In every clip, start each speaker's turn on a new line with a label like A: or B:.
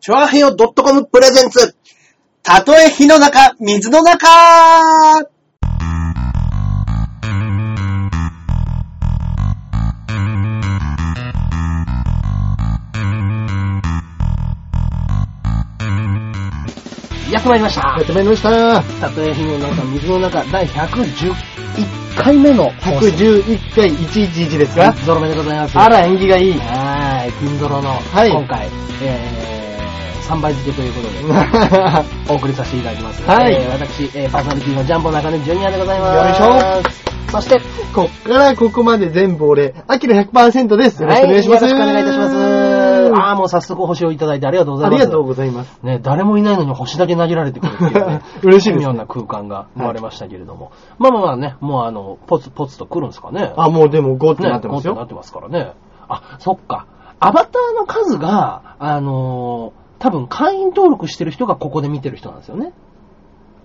A: チョアヘヨドットコムプレゼンツ。たとえ火の中、水の中やってまいりました
B: やっ。てまいりました。
A: たとえ火の中、水の中、第111
B: 1回目の111回111です
A: 回
B: か、
A: ゾロ目でございます。
B: あら、縁起がいい。
A: はーい、金ゾロの、
B: はい
A: 今回、えー、3倍付けということで、
B: は
A: お送りさせていただきます。
B: はい
A: えー私、えーパーソナリティのジャンボ中根ジュニアでございます。
B: よいし
A: ょそして、
B: ょ。こっからここまで全部俺、アキラ100%です。よろしくお願いします。
A: はよろしくお願いいたします。ああ、もう早速お星をいただいてありがとうござ
B: あ
A: いま
B: り
A: す。
B: がとうございます。。
A: ね、誰もいないのに星だけ投げられてくるっていうね
B: 嬉しいですね
A: 奇妙な空間が生まれましたけれども。まあまあまあね、もうあの、ポツポツと来るんですかね。
B: あ、もうでも5って
A: ね、
B: なってます
A: こうや
B: よ。
A: ってなってますからね。あ、そっか。アバターの数が、あのー多分会員登録してる人がここで見てる人なんですよね。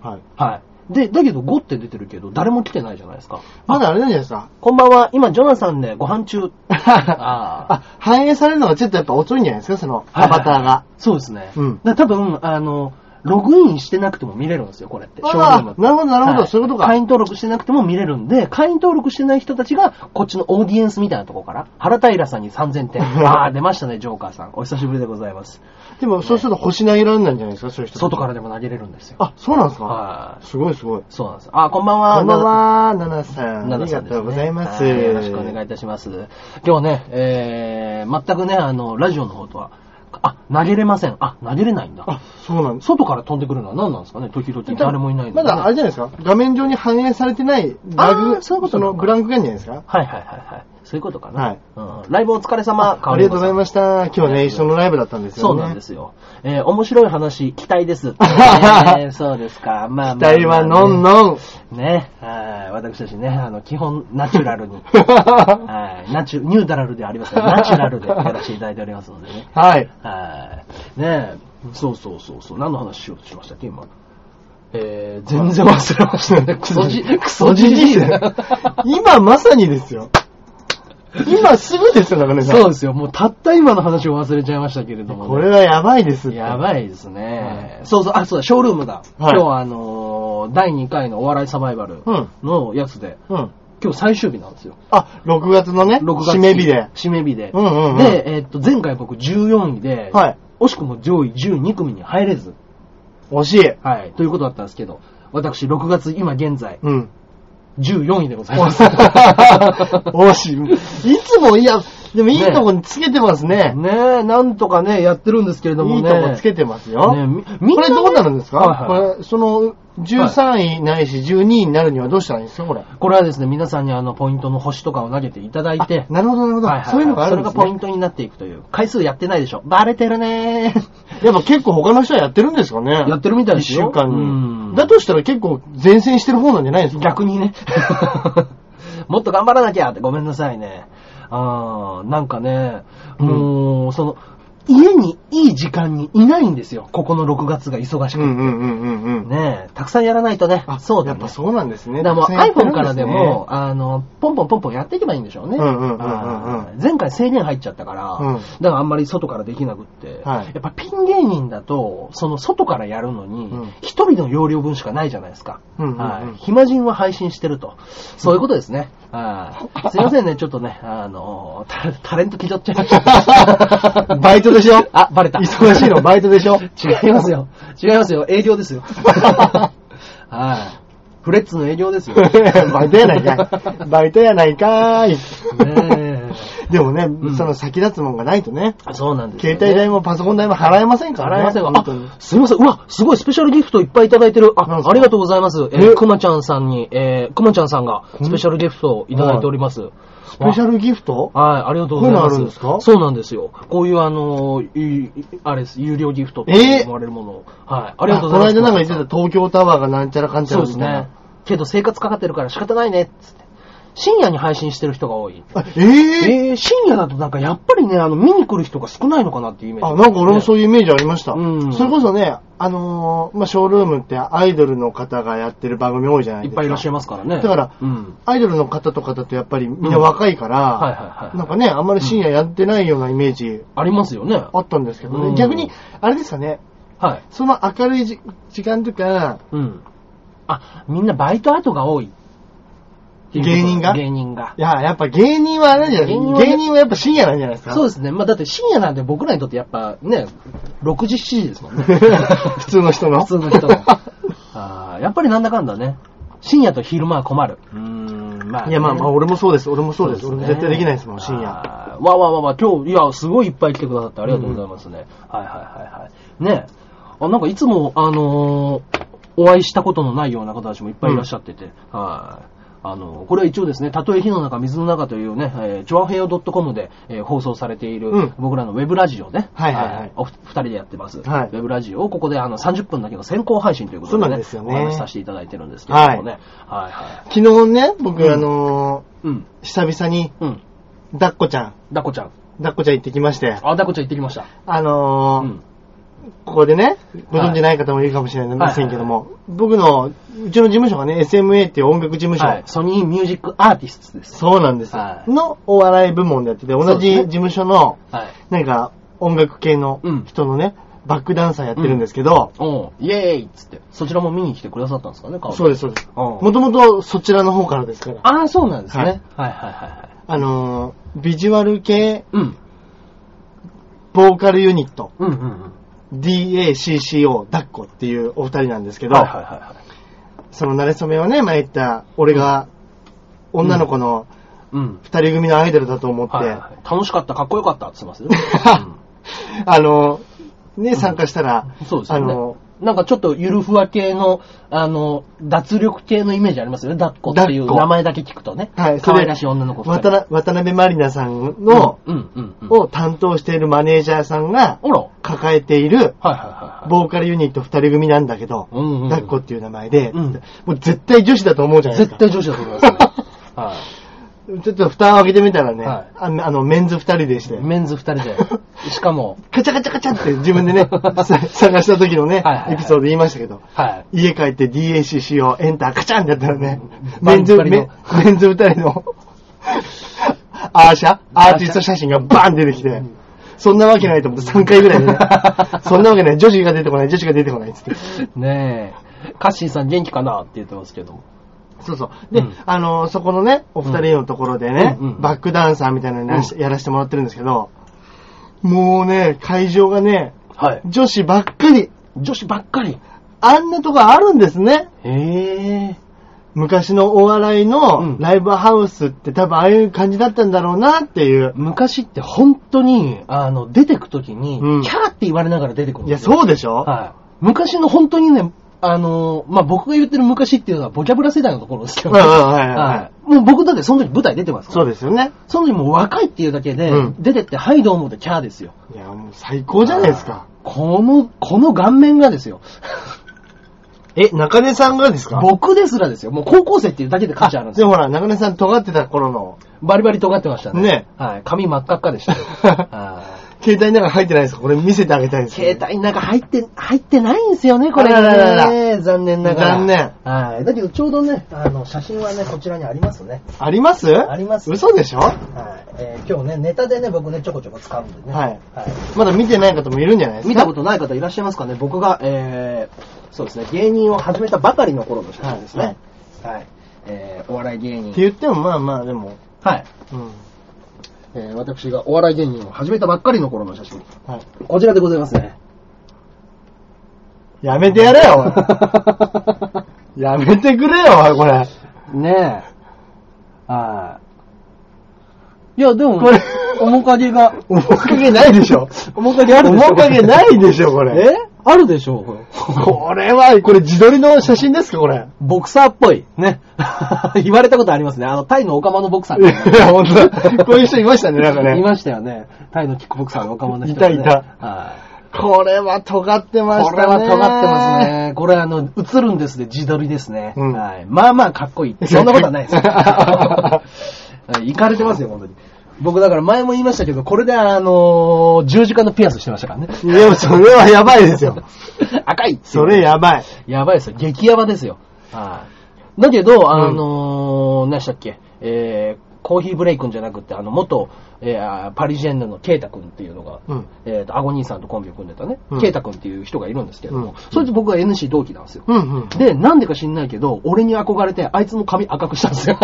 B: はい。
A: はい。で、だけど5って出てるけど、誰も来てないじゃないですか。
B: まだあれなんじゃないです か。
A: こんばんは、今、ジョナサンでご飯中。あー
B: あ、反映されるのがちょっとやっぱ遅いんじゃないですか、その
A: はい
B: アバターが。
A: そうですね。
B: うん
A: だから多分、あの、ログインしてなくても見れるんですよ、これって。ショールーム
B: あ
A: って
B: あ、なるほど、なるほど、
A: はい
B: そういうことか。
A: 会員登録してなくても見れるんで、会員登録してない人たちが、こっちのオーディエンスみたいなとこから、原平さんに3000点。 わあ、出ましたね、ジョーカーさん。お久しぶりでございます。
B: でも、そうすると星投げられないんじゃないですか、そういう人。
A: 外からでも投げれるんですよ。
B: あ、そうなんですか。
A: はい。
B: すごいすごい。
A: そうなんです。あ、こんばんは。
B: こんばんは、ナナさん。
A: な
B: あ
A: な
B: り
A: さ
B: が
A: んですね
B: とうございます。
A: はよろしくお願いいたします。今日ね、えー、全くね、あの、ラジオの方とは、あ、投げれません。あ、投げれないんだ。
B: あ、そうなんです。
A: 外から飛んでくるのは何なんですかね時々誰もいないのに
B: ま
A: ね
B: だあれじゃないですか画面上に反映されてない
A: あ
B: ラ
A: ー
B: グ、
A: そういうことなの
B: の
A: か
B: ブランクがあるんじゃないですか
A: はいはいはいはい。そういうことかな。
B: はい
A: うん、ライブお疲れ様。
B: ありがとうございま
A: し
B: した。今日ね、一緒のライブだったんですよ
A: そ
B: ね。
A: うなんですよ。えー、面白い話、期待 です。えーそうですか。まあまあ、
B: 期待はノンノ ン。
A: ね、はい、私たちね、あの、基本、ナチュラル に。はい、ナチュ、ニューダラルではありますが、ナチュラルでやらせていただいておりますのでね。
B: はい。
A: はい。ねえ、そうそうそうそう。何の話しようとしましたっけ、今。えー、全然忘れましたね。 クソじ、クソじじいだ。
B: 今まさにですよ。今すぐですよ、中根さ ん。
A: そうですよ。もうたった今の話を忘れちゃいましたけれども、ね。
B: これはやばいですっ て。
A: やばいですね、そうそう、あ、そうだ、ショールームだ。今日はあのー第2回のお笑いサバイバル
B: うん。
A: のやつで、
B: うん。
A: 今日最終日なんですよ。
B: あ、6月のね、
A: 6月。
B: 締め日で。。
A: 締め日で。
B: うんうんうん
A: で、えーっと、前回僕14位で、
B: はい。
A: 惜しくも上位12組に入れず、
B: 惜しい。
A: はい、ということだったんですけど、私6月今現在
B: うん。
A: 14位でござい ます。
B: 惜しい。いつも、いや、でもいい
A: ね
B: とこにつけてますね。
A: ねえ、なんとかね、やってるんですけれどもね。
B: いいとこつけてますよ。
A: ねみみん
B: こ
A: なね
B: れどうなるんですか、
A: はいはい
B: これ、その、13位ないし12位になるにはどうしたらいいんですかこれ。
A: これはですね、皆さんにあの、ポイントの星とかを投げていただいて
B: あ、なるほど、なるほど、
A: はいはいはい
B: そういうのがあるん
A: それが
B: です
A: ポイン
B: ね。
A: トになっていくという。回数やってないでしょ。バレてるねー。
B: やっぱ結構他の人はやってるんですかね
A: やってるみたいですよ
B: 1週間
A: うん
B: に。だとしたら結構前線してる方なんじゃないですか
A: 逆にね。 もっと頑張らなきゃってごめんなさいね。あー、なんかね、もう、その、家にいい時間にいないんですよ。ここの6月が忙し
B: う
A: く
B: んうんうんうんうん。
A: ねえ、たくさんやらないとね。
B: あ、
A: そうだ
B: や
A: ね
B: っぱ。そうなんですね。
A: だからもう
B: たくさんやってる
A: iPhone
B: ん
A: から
B: すね
A: でも、、あの、ポンポンポンポンやっていけばいいんでしょうね。
B: うんうんうんうんうん
A: あー前回制限入っちゃったから、
B: うん
A: だからあんまり外からできなくって、
B: は
A: や
B: い
A: っぱピン芸人だと、その外からやるのに
B: うん、
A: 一、人の容量分しかないじゃないですか。
B: うんうんうん
A: はい暇人は配信してると。そういうことですね。はいすいませんね、ちょっとね、あの、タタレント気取っちゃいました。
B: バイトでしょ
A: あ、バレた。
B: 忙しいのバイトでしょ
A: 違いますよ。違いますよ。営業です よ。はい。フレッツの営業です よ。
B: バイトやないかい。バイトやないかー
A: ね
B: い。 でもね、
A: ん
B: その先立つもんがないとね、
A: えそうなんですよ、
B: 携
A: ね。
B: 帯代もパソコン代も払えませんか
A: 払
B: らね。
A: えませんが
B: 本当に
A: あ、すいません。うわ、すごいスペシャルギフトいっぱいいただいてる。
B: なんです
A: あ、
B: か
A: ありがとうございます。え
B: え
A: ー、くまちゃんさんに、えー、くまちゃんさんがスペシャルギフトをいただいております。
B: スペシャ
A: ル
B: ルギフト
A: はい、ありがとうございます。
B: こういうのあるんですか
A: そうなんですよ。こういうあのー、いいあれです、有料ギフトって思われるものを。はい、ありがとうございます。
B: あこの間なんか言ってた東京タワーがなんちゃらかんちゃ
A: そう
B: ら
A: で
B: み
A: す
B: たい
A: ね
B: な。。
A: けど生活かかってるから仕方ないね、っつって。深夜に配信してる人が多い。
B: すね。ええ
A: えー、深夜だとなんかやっぱりね、あの、見に来る人が少ないのかなっていうイメージ。
B: あ、なんか俺もそう
A: いう。
B: いうイメージありました。
A: うん
B: それこそね、あのーまあ、ショールームってアイドルの方がやってる番組多いじゃな
A: い
B: いで
A: っ
B: すか。
A: ぱいいらっしゃいますからね。
B: だから
A: うん。
B: アイドルの方とかだとやっぱりみんな若いから、
A: はいはいはい。
B: なんかね、あんまり深夜やってないようなイメージ
A: ありますよね。
B: あったんですけどね。
A: うん
B: 逆に、あれですかね、
A: はい。
B: その明るいじ時間とか、
A: うん。あ、みんなバイト後が多い。
B: 芸人が
A: 芸人が
B: い。や、やっぱ芸人はあれじゃない
A: 芸
B: 芸
A: 人
B: 人
A: はね
B: はやっぱ深夜なんじゃないですか
A: そうですね。まあだって深夜なんで僕らにとってやっぱね、6時、7時ですもんね。
B: 普通の人の
A: 普通の 人の。あーやっぱりなんだかんだね。深夜と昼間は困る。うーん、まあね、
B: いや、まあまあ、俺もそうです。俺もそうです。俺も絶対できないですもん、深夜。
A: 夜。わあわあわあわあ、今日、いや、すごいいっぱい来てくださってありがとうございますね。はいはいはいはい。ねあ、なんかいつも、あのーお会いしたことのないような方たちもいっぱいいらっしゃってて、はい。あのーこれは一応ですね、たとえ火の中、水の中というね、えー、チョアヘヨ .com で、えー放送されている、
B: うん
A: 僕らのウェブラジオね、
B: はいはいはい
A: お二人でやってます、
B: はい
A: ウェブラジオをここであの30分だけの先行配信ということで,、ね
B: そうなんですよね
A: お話しさせていただいてるんですけれどもね。はい、はい。
B: 昨日ね、僕、
A: うん
B: あの
A: うん、
B: ー久々に、
A: うん。
B: だっこちゃん、
A: だこちゃん。
B: だっこちゃん行ってきまして、
A: あ、だこちゃん行ってきました。
B: あのー
A: うん。
B: ここでね、ご存じない方もいるかもしれませんけども、僕の、うちの事務所がね、SMA っていう音楽事務所、
A: はい、ソニーミュージックアーティストです。
B: そうなんですよ、
A: はい
B: のお笑い部門でやってて、同じ
A: そうですね
B: 事務所の、
A: はい。
B: なんか、音楽系の
A: うん
B: 人のね、バックダンサーやってるんですけど、
A: おうイエーイっつって、そちらも見に来てくださったんですかね、
B: そう
A: で
B: です、そうです。
A: す。おう
B: もともとそちらの方からですから、
A: ああ、そうなんですね。は
B: はいい、
A: はい、はいはい。
B: あのービジュアル系、
A: うん。
B: ボーカルユニット、
A: うんうんうん。
B: DACCO、ダッコっていうお二人なんですけど、
A: はいはいはいはい。
B: その慣れ初めはね、前言った、俺が女の子の
A: うん。
B: 二人組のアイドルだと思って、
A: はいはいはい、楽しかった、かっこよかったって言ってます よ、ね
B: あの、ね、参加したら、
A: うんそうです
B: あ
A: よね。
B: の、
A: なんかちょっとゆるふわ系の、あの、脱力系のイメージありますよね。だっこっていう
B: 抱っこ
A: 名前だけ聞くとね。
B: はい、
A: 可愛らしい女の子二人
B: 渡辺渡辺まりなさんの、
A: うんうんうん。
B: を担当しているマネージャーさんが
A: おら。はい
B: 抱えている、
A: はいはいはい。
B: ボーカルユニット二人組なんだけど、
A: うんうんうん
B: ダッコっていう名前で、
A: うん
B: もう絶対女子だと思うじゃないです
A: 絶
B: か。
A: 対女子だと思いますね。 はい。
B: ちょっと蓋を開けてみたらね、
A: はい
B: あのあの、メンズ二人でして、
A: メンズ二人 で。しかも、
B: カチャカチャカチャって自分で ね、さ探した時のね
A: はいはいはい、
B: エピソード言いましたけど、
A: はい。
B: 家帰って DACC をエンターカチャンってやったらね、
A: バ
B: メ
A: リ
B: ンズ、
A: バリの
B: メメンズ二人のアーシャアーティスト写真がバーン出てきて、そんなわけないと思って3回ぐらいね、そんなわけない、女子が出てこない、女子が出てこないっつって。
A: ねえ。カッシーさん元気かなって言ってますけど。
B: そうそう。で、
A: うん
B: あの、そこのね、お二人のところでね、
A: うんうん
B: バックダンサーみたいなのにやらし
A: う
B: やらせてもらってるんですけど、もうね、会場がね、
A: はい。
B: 女子ばっかり、
A: 女子ばっかり。
B: あんなとこあるんですね。
A: へえ。
B: 昔のお笑い
A: うん
B: のライブハウスって多分ああいう感じだったんだろうなっていう。
A: 昔って本当に、あの、出てくときに、
B: うん
A: キャーって言われながら出てくるん
B: いや、
A: ですよ。
B: そうでしょ、
A: はい。昔の本当にね、あの、まあ、僕が言ってる昔っていうのはボキャブラ世代のところですけ
B: う
A: ど、
B: んうんはいはいは
A: はい。もう僕だってその時舞台出てます
B: い。
A: から。
B: そうですよね。
A: その時もう若いっていうだけで、
B: うん
A: 出てって、はいどうもでキャーですよ。
B: いや、もう最高じゃないですか。
A: この、この顔面がですよ。
B: え、中根さんがですか
A: 僕ですらですよ。もう高校生っていうだけで価値あるんですよ
B: でもほら、中根さん尖ってた頃の、
A: バリバリ尖ってましたね。
B: ね
A: はい。髪真っ赤っか でしたよは
B: 携帯の中入ってないですかこれ見せてあげたいで
A: い。
B: す、
A: 携帯の中入って、入ってないんですよね、これが
B: あららら
A: ね。残念ながら。
B: 残念
A: はい。だけどちょうどね、あの、写真はね、こちらにありますね。
B: あります
A: あります
B: 嘘でしょ
A: はい。えー今日ね、ネタでね、僕ね、ちょこちょこ使うんでね。
B: はい
A: は
B: まだ見てない方もいるんじゃない
A: い。
B: です
A: 見
B: か
A: たことない方いらっしゃいますかね僕が、えー、そうですね、芸人を始めたばかりの頃の写真ですね。はい。えー、お笑い芸
B: って
A: 人。
B: 言っても、まあまあ、でも、
A: はい。
B: うん。
A: えー、私がお笑い芸人を始めたばっかりの頃の写真。
B: はい。
A: こちらでございますね。
B: やめてやれよ、 おいやめてくれよ、おいこれ。
A: ねえ。はい。いや、でも
B: これ、
A: 面影が、
B: 面影ないでしょ。
A: 面影あるでしょ
B: 面影ないでしょ、これ。
A: えあるでしょう
B: これは、これ自撮りの写真ですか、これ。
A: ボクサーっぽい。ね。 言われたことありますね。あの、タイのオカマのボクサー
B: い
A: みたいな
B: や、本当だ。こういう人いましたね、なんか
A: い
B: ね。
A: ましたよね。タイのキックボクサーの若者の人がね、
B: いたいた
A: はい。
B: これは尖ってまし
A: こ
B: たね。
A: れは尖ってます。ね。これあの、映るんですで自撮りですね。
B: う ん
A: はい。まあまあかっこいい。そんなことはないです。はい行かれてますよ、本当に。僕だから前も言いましたけど、これであのー、十字架のピアスしてましたからね。
B: いや、それはやばいですよ。
A: 赤いっていう
B: それやばい。
A: やばいですよ。激ヤバですよ。はい。だけど、あのー何でしたっけ、えー、コーヒーブレイ君じゃなくて、あの、元、えーあーパリジェンヌのケイタ君っていうのが、
B: うん
A: えっ、と、アゴ兄さんとコンビを組んでたね、
B: うん
A: ケイタ君っていう人がいるんですけども、
B: うん
A: そいつ僕は NC 同期なんですよ。
B: うんうん。
A: で、なんでか知んないけど、俺に憧れて、あいつの髪赤くしたんです よ。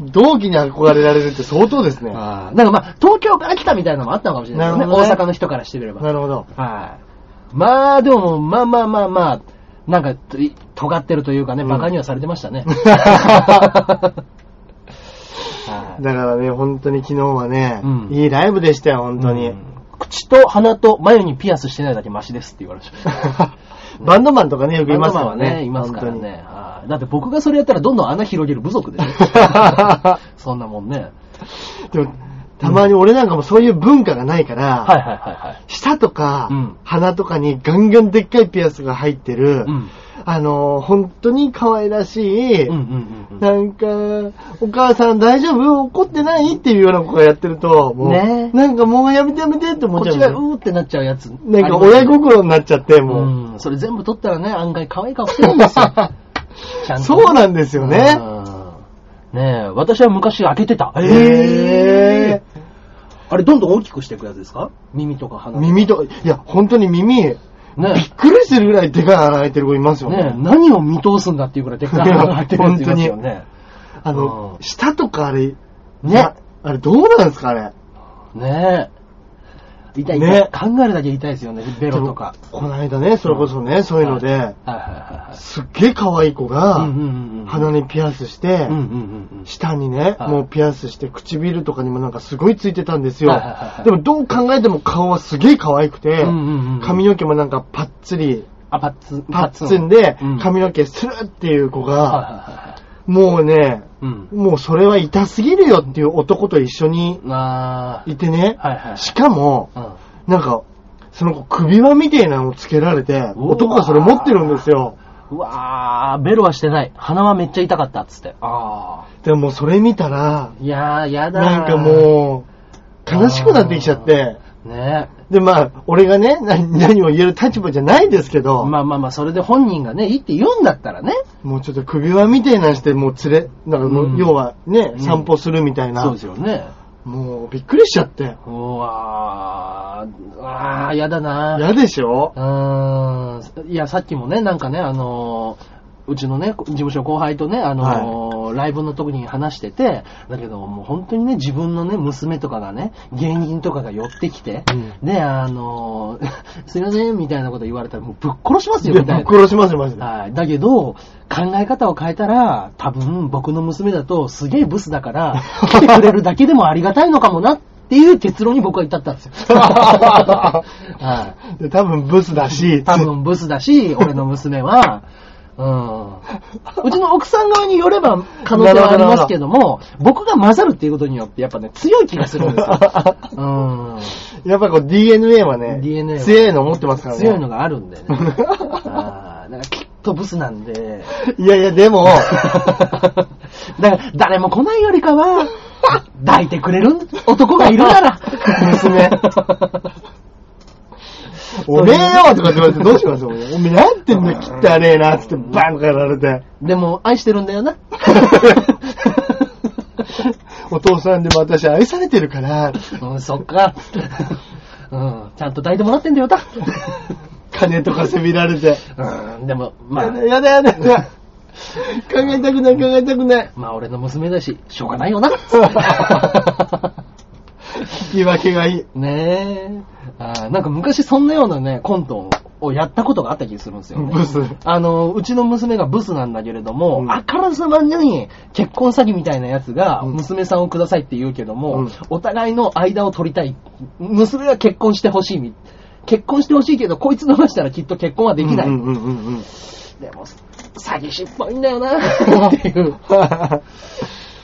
B: 同期に憧れられるって相当ですね。
A: あーなんかまあ、東京から来たみたいなのもあったのかもしれないですね。
B: なるほどね
A: 大阪の人からしてみれば。
B: なるほど。
A: はい。まあ、でも、まあまあまあまあ、なんか、と尖ってるというかね、
B: うん
A: 馬鹿にはされてましたね。 はい
B: だからね、本当に昨日はね、
A: うん
B: いいライブでしたよ、本当に。
A: うん口と鼻と眉にピアスしてないだけマシですって言われました。
B: バンドマンとかね、よくいます
A: 頭
B: よ
A: は
B: ね。
A: ね、いますからね。はいだって僕がそれやったらどんどん穴広げる部族 でしょそんなもんね。
B: 本当に。でも、たまに俺なんかもそういう文化がないから、
A: はいはいはいはい。
B: 舌とか、
A: うん
B: 鼻とかにガンガンでっかいピアスが入ってる、
A: うん。
B: あのー、本当に可愛らしい、
A: うんうんうんうん。
B: なんか、お母さん大丈夫怒ってないっていうような子がやってると、もう、
A: ね
B: なんかもうやめてやめてって思
A: こ
B: っ
A: っ
B: ちゃう
A: ち
B: ん
A: が
B: だ
A: う
B: よ。
A: ーってなっちゃうやつ。
B: なんか親心になっちゃって、もう。
A: うん。それ全部取ったらね、案外可愛い顔してるんです よ。ちゃんとね
B: そうなんですよね。
A: うん。ねえ、私は昔開けてた。
B: へ
A: え。あれ、どんどん大きくしていくやつですか耳とか鼻ね
B: 耳と、いや、本当に耳、
A: え。
B: びっくりするぐらいでかい穴が開いてる子いますよね。
A: ねえ、何を見通すんだっていうくらいでっかい穴が開いてるやついますよね。
B: あの
A: う、ん
B: 舌とかあれ、
A: ね
B: なあれどうなんですかあれ。
A: ねえ。痛い痛い、
B: ね
A: 考えるだけ痛いですよね、ベロとか。
B: でもこの間ね、それこそね、そういうので、
A: はいは
B: すっげえ可愛い子
A: いはいはい。
B: が
A: うん、うんうん。
B: 鼻
A: に。
B: にピアスして
A: うん、うんうんうん。
B: 舌にね、
A: はい
B: もうピアスして、唇とかにもなんかすごいついてたんですよ
A: はいはいはいは。い
B: でもどう考えても顔はすげえ可愛くて
A: うんうんうん、
B: 髪の毛もなんかパッツリ、
A: あ、パッツン。
B: パッツンで
A: うん、
B: 髪の毛スルっていう子
A: はい
B: が、
A: はいはいはい。
B: もうね、
A: うん。
B: もうそれは痛すぎるよっていう男と一緒に
A: あ
B: いてね
A: ー。、はいはい。
B: しかも、
A: うん
B: なんか、その子首輪みたいなのをつけられて、
A: うわー
B: 男がそれ持ってるんですよ。
A: うわー、ベロはしてない。鼻はめっちゃ痛かったっつって。あ
B: でもそれ見たら、
A: ー。いやー、やだー。
B: なんかもう、悲しくなってきちゃって、
A: う。ね
B: で、まあ、俺がね、何何を言える立場じゃないですけど、
A: まあまあまあ、それで本人がね、いいって言うんだったらね。
B: もうちょっと首輪みたいなんして、もう連れ、なんかもう、
A: うん
B: 要はね
A: う、ん
B: 散歩するみたいな、
A: そうですよね。
B: もうびっくりしちゃって、
A: うわー、うわー、やだなー。
B: 嫌でしょ
A: うーん。いや、さっきもね、なんかね、あのーうちのね、事務所後輩とね、あのーライブの時に話してて、だけどもう本当にね、自分のね、娘とかがね、芸人とかが寄ってきて、で、あのー すいません、みたいなこと言われたら、もうぶっ殺します
B: い
A: よ、
B: や
A: み
B: ぶ
A: た
B: っ
A: いな。
B: 殺しますよ、マジで。
A: はい。だけど、考え方を変えたら、多分僕の娘だとすげえブスだ から、来てくれるだけでもありがたいのかもなっていう結論に僕は至ったん ですよ。はい。
B: で、多分ブスだし、
A: 多分ブスだ し、俺の娘は、うん。うちの奥さん側によれば可能性はありますけども、僕が混ざるっていうことによって、やっぱね、強い気がするんですよ。 うん。
B: やっぱこう DNA はね、
A: DNA は
B: 強いの持ってますからね。
A: 強いのがあるん でね。あーだからきっとブスなんで。
B: いやいや、でも、
A: だから、誰も来ないよりか は、抱いてくれる男がいるなら、
B: 娘。おめえよとかって言われてどうしますおめえやってんだよ、汚ねえな、つってバンとかやられ て。
A: でも、愛してるんだよ な。
B: お父さんでも私愛されてるから、
A: うん、そっか。うん、ちゃんと抱いてもらってんだよな。
B: 金とかせびられて。
A: うん、でも、ま
B: や
A: あ
B: だ、やだやだやだ。考えたくない、考えたくない。
A: まあ俺の娘だし、しょうがない よな。
B: 言い訳がいい。
A: ねえ。あーなんか昔そんなようなね、コントをやったことがあった気がするんですよね。
B: ブス。
A: あの、うちの娘がブスなんだけれども、
B: うん
A: あからさまに結婚詐欺みたいなやつが、
B: うん
A: 娘さんをくださいって言うけども、
B: うん
A: お互いの間を取りたい。娘は結婚してほしいみ。結婚してほしいけど、こいつ逃したらきっと結婚はできない。
B: うんうんうんうんうん。
A: でも、詐欺師っぽいん だよな、っていう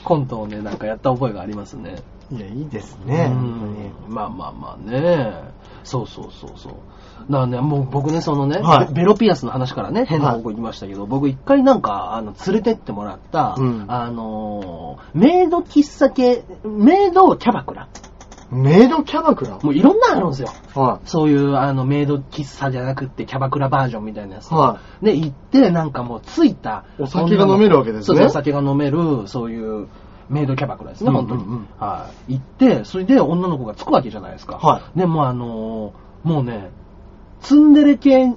A: コントをね、なんかやった覚えがありますね。
B: いや、いいですね。本当に
A: うんまあまあまあね。そうそうそうそう。だからね、もう僕ね、そのね、
B: はい
A: ベロピアスの話からね、変な方向行きましたけど、僕一回なんか、あの、連れてってもらった、
B: うん
A: あのーメイド喫茶系、メイドキャバクラ。
B: メイドキャバクラ
A: もういろんなのあるんですよ。
B: は
A: そういう、あの、メイド喫茶じゃなくって、キャバクラバージョンみたいなやつ。
B: い。は
A: で、行って、なんかもう、ついた。
B: お酒が飲めるわけですね
A: そうそうお酒が飲める、そういう、メイドキャバクラですね、
B: うんうんう
A: 本
B: ん
A: 当に。はい。行って、それで女の子がつくわけじゃないですか。
B: は
A: で、もうあのーもうね、ツンデレ系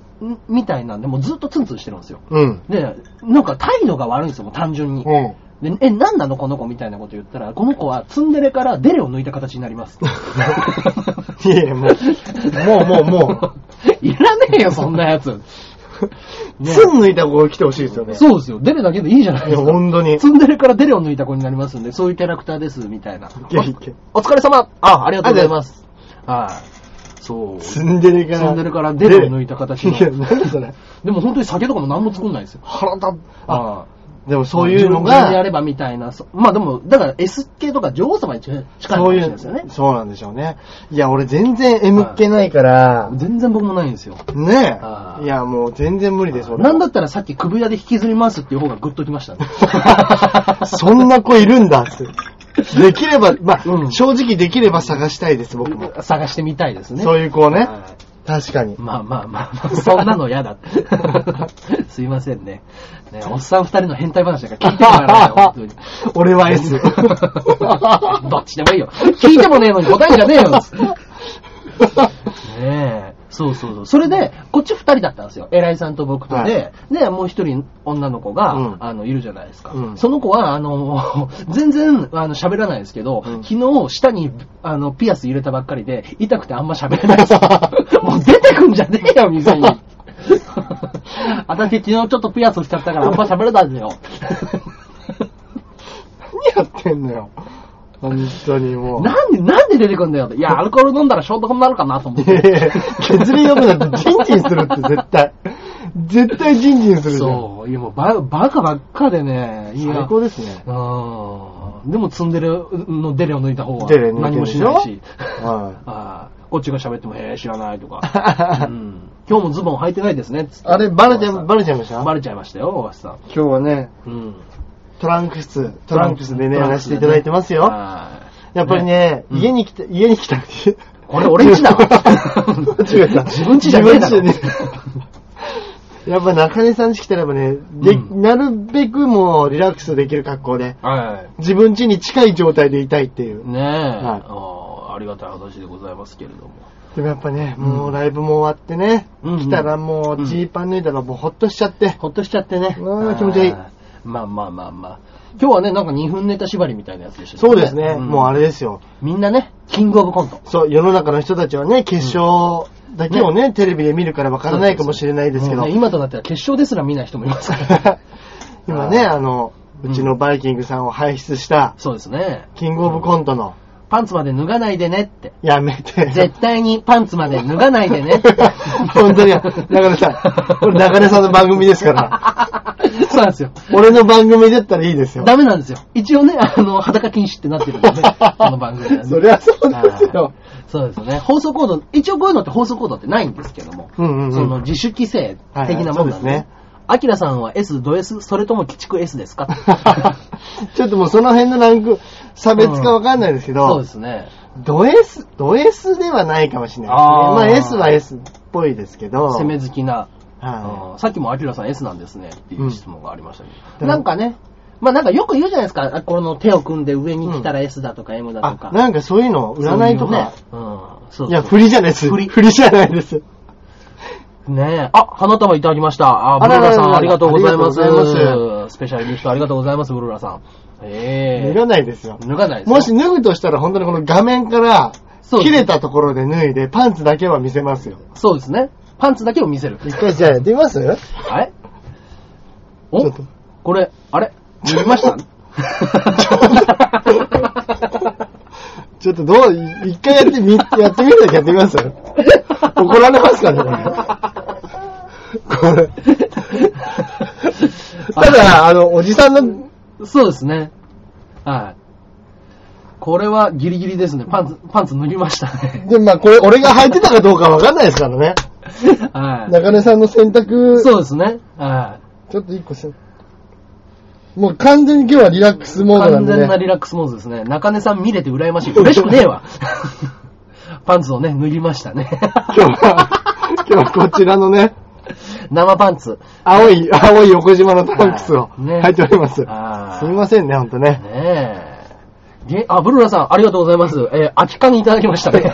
A: みたいなんで、もうずっとツンツンしてるんですよ。
B: い。うん。
A: で、なんか態度が悪いんですよ、もう単純に。
B: うん。
A: で、え、なんなのこの子みたいなこと言ったら、この子はツンデレからデレを抜いた形になります。
B: いやいや、もう、もう、もう、も
A: う。いらねえよ、そんなやつ。
B: う、すん抜いた子が来てほしいですよね。
A: そうですよ。デレだけでいいじゃない
B: い
A: で
B: や、
A: すか。
B: 本当に。
A: ツンデレからデレを抜いた子になりますんで、そういうキャラクターです、みたいな。
B: いやいや
A: お疲れ様あ、ありがとうございます。はい。そう。ツ
B: ツンデレから。
A: ンデレからデレを抜いた形
B: いや、
A: の。
B: なんでそれ。
A: でも本当に酒とかも何も作んないんですよ。
B: 腹立っあ、
A: あ
B: でもそういう
A: 自
B: の
A: 分でや
B: が、
A: ればみたいな。そまあでも、だから S 系とか女王様に近いかもし
B: そう
A: れ
B: い
A: ないですよね
B: う、。そうなんでしょうね。いや、俺全然 M っ気ないから、
A: 全然僕もないんですよ。
B: ね
A: あ
B: え。いや、もう全然無理です、俺
A: なんだったらさっき首輪で引きずり回すっていう方がグッときました ね。
B: そんな子いるんだって。できれば、まあ、
A: うん
B: 正直できれば探したいです、僕も。
A: 探してみたいですね。
B: そういう子をね。
A: はい
B: 確かに。
A: まあまあまあまあ、そんなの嫌だ。 すいませんね。ね、おっさん二人の変態話なんか聞いてもらわないよ、
B: 俺は S。
A: 本当 に。どっちでもいいよ。聞いてもねえのに答えんじゃ ねえよ。ねえ。そうそうそう。それで、こっち二人だったんですよ。偉いさんと僕とで。で、もう一人女の子が、
B: うん
A: あの、いるじゃないですか。
B: うん
A: その子は、あの、 全然、あの、喋らないですけど、
B: うん
A: 昨日、舌に、あの、ピアス入れたばっかりで、痛くてあんま喋れないで す。もう出てくんじゃねえよ、店に。私昨日ちょっとピアスしちゃったからあんま喋れないんだ よ。
B: 何やってんのよ。本当にもう。
A: なんで、なんで出てくんだよって。い や、アルコール飲んだら消毒になるかなと思っ
B: いや
A: て。
B: いや削りよくなって、ジンジンするって絶対。絶対ジンジンするじゃん。
A: そう。いや、もうバ、バカばっかでね。いや
B: 最高ですね。
A: あーでもツンデレのデレを抜いた方は
B: デレ抜いてるでしょ
A: 何もしないし、
B: は
A: あーこっちが喋っても、へえ、知らないと か、うん今日もズボン履いてないですね、つって
B: あれ、バレて、
A: 大橋さん
B: バレちゃいました
A: バレちゃいましたよ、大橋さん。
B: 今日はね、
A: うん
B: トランクス、トランクスで
A: ト
B: ね、や
A: ラン
B: ら
A: ク
B: せ
A: スで
B: て
A: ね
B: いただいてますよ。
A: は
B: やっぱりね、
A: うん
B: 家に来た、家に来た。
A: これ俺んち だ
B: 間違えた。
A: 自分ちじゃねえだろ
B: 自分ちじゃねえやっぱ中根さんち来たらやっぱね、で、
A: うん
B: なるべくもうリラックスできる格好で、
A: い。は
B: 自分家に近い状態でいたいっていう
A: い。。ねえ、
B: はい
A: あーありがたい話でございますけれども。
B: でもやっぱね、
A: うん
B: もうライブも終わってね、
A: うんうん
B: 来たらもうジーパン脱いだらもうほっとしちゃって、
A: ほっとしちゃってね。
B: うわー気持ち悪い
A: あーまあまあまあまあ。今日はね、なんか2分ネタ縛りみたいなやつでしたね
B: そうですね、
A: ん
B: もうあれですよ。
A: みんなね、キングオブコント。
B: そう、世の中の人たちはね、決勝だけをね、テレビで見るからわからないかもしれないですけど、
A: もうね今となっては決勝ですら見ない人もい ますから。
B: 今ね、
A: あー
B: あの、うちのバイキングさんを輩出した、
A: そうですね。
B: キングオブコントの、
A: パンツまで脱がないでねって。
B: やめて。
A: 絶対にパンツまで脱がないでね。
B: 本当に、中根さん。これ中根さんの番組ですから。
A: そうなんですよ。
B: 俺の番組だったらいいですよ。
A: ダメなんですよ。一応ね、あの、裸禁止ってなってるんでね、 この番組はね
B: そりゃそうですよ。
A: そうですよね。放送コード、一応こういうのって放送コードってないんですけども、
B: うんうんうん
A: その自主規制的なもんなん
B: はいはいそうですね。
A: アキラさんは S、ド S、それとも鬼畜 S ですか
B: ちょっともうその辺のランク、差別かわかんないですけ
A: そう
B: ど
A: で、すね。
B: ド S、ド S ではないかもしれないですね。
A: あー
B: まあ S は S っぽいですけど、
A: 攻め好きな。
B: は
A: うんさっきもアキラさん S なんですねっていう質問がありましたけど、
B: うん
A: なんかね、まあなんかよく言うじゃないですか、あこの手を組んで上に来たら S だとか M
B: い
A: だと
B: あ
A: か、。
B: なんかそういうの、占いとか。
A: そういうね。うん、そうそう
B: いや、振りじゃないです。
A: 振り
B: 振りじゃないです。
A: ねえ。あ、花束いただきました。あ、ブ
B: あ
A: ル
B: らら
A: ラ
B: らら
A: さんありがとうございます。
B: ありがとうござ
A: スペシャルゲストありがとうございます、ブルラさん。え
B: 脱
A: え
B: がないですよ。
A: 脱がないですよ
B: もし脱ぐとしたら本当にこの画面から
A: そう、です
B: 切れたところで脱いで、パンツだけは見せますよ。
A: そうですね。パンツだけを見せる。
B: 一回じゃあやってみますちょ
A: あれ
B: ちょ
A: お
B: っと
A: これ、あ れ脱ぎま した
B: っとどう、い一回やってみ、やってみるだけやってみます 怒られますかね、これ。これ。 ただ、あの、おじさんの、
A: そうですね。はい。これはギリギリですね。パンツ、パンツ脱ぎました ね。
B: でもまあこれ、俺が履いてたかどうかわかんないですからね。
A: はい。
B: 中根さんの選択、
A: そうですね。は
B: ちょっと一個せん。もう完全に今日はリラックス
A: い。
B: モードなん
A: 完
B: で
A: 全な
B: ね。
A: リラックスモードですね。中根さん見れて羨ましい。嬉しくねえわ。 パンツをね、脱ぎましたね。
B: 今日は、今日はこちらのね、
A: 生パンツ。
B: 青い、青い横島のタンクスを
A: ね
B: 履いております。
A: あー
B: すみませんね、ほんとね。
A: ねえ。げあ、ブルーラさん、ありがとうございます。えー空き缶いただきましたね。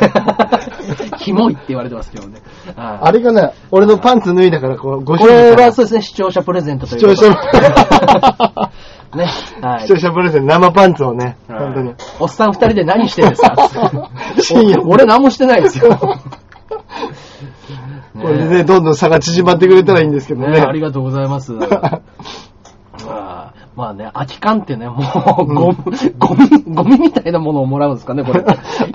A: キモいって言われてますけどね。はい
B: あれかな、俺のパンツ脱いだから、こう、ご主
A: これ
B: 人から
A: はそうですね、視聴者プレゼントとい
B: 視
A: うこと
B: 聴者、
A: ね。はい
B: 視。聴者プレゼント、生パンツをね、本当に。
A: おっさん二人で何してるんですか
B: 深夜
A: お俺何もしてないですよ。
B: これでね、どんどん差が縮まってくれたらいいんですけど
A: ね
B: ね。
A: ありがとうござい ます。あーまあね、空き缶ってね、もう、ゴミ、ゴミ、ゴミみたいなものをもらうんですかね、こ れ。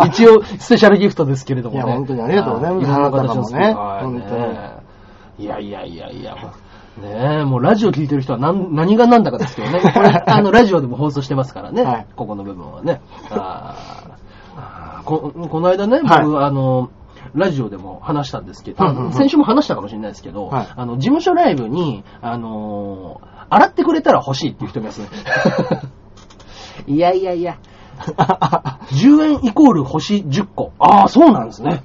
A: 一応、スペシャルギフトですけれどもね。
B: いや本当にありがとうございます
A: あーろんな形のスピーカー
B: あなたもね
A: はいねいやいやいやいや、ねえ、もうラジオ聞いてる人は何何が何だかですけどね。これ、あの、ラジオでも放送してますからね。
B: はい
A: ここの部分はね。あーあーここの間ね、僕、
B: は
A: あの、ラジオでも話したんですけど、
B: うんうんうん
A: 先週も話したかもしれないですけど、
B: はい
A: あの、事務所ライブに、あのー洗ってくれたら欲しいっていう人もいますね。いやいやい や、10円イコール星10個。ああ、そうなんですね。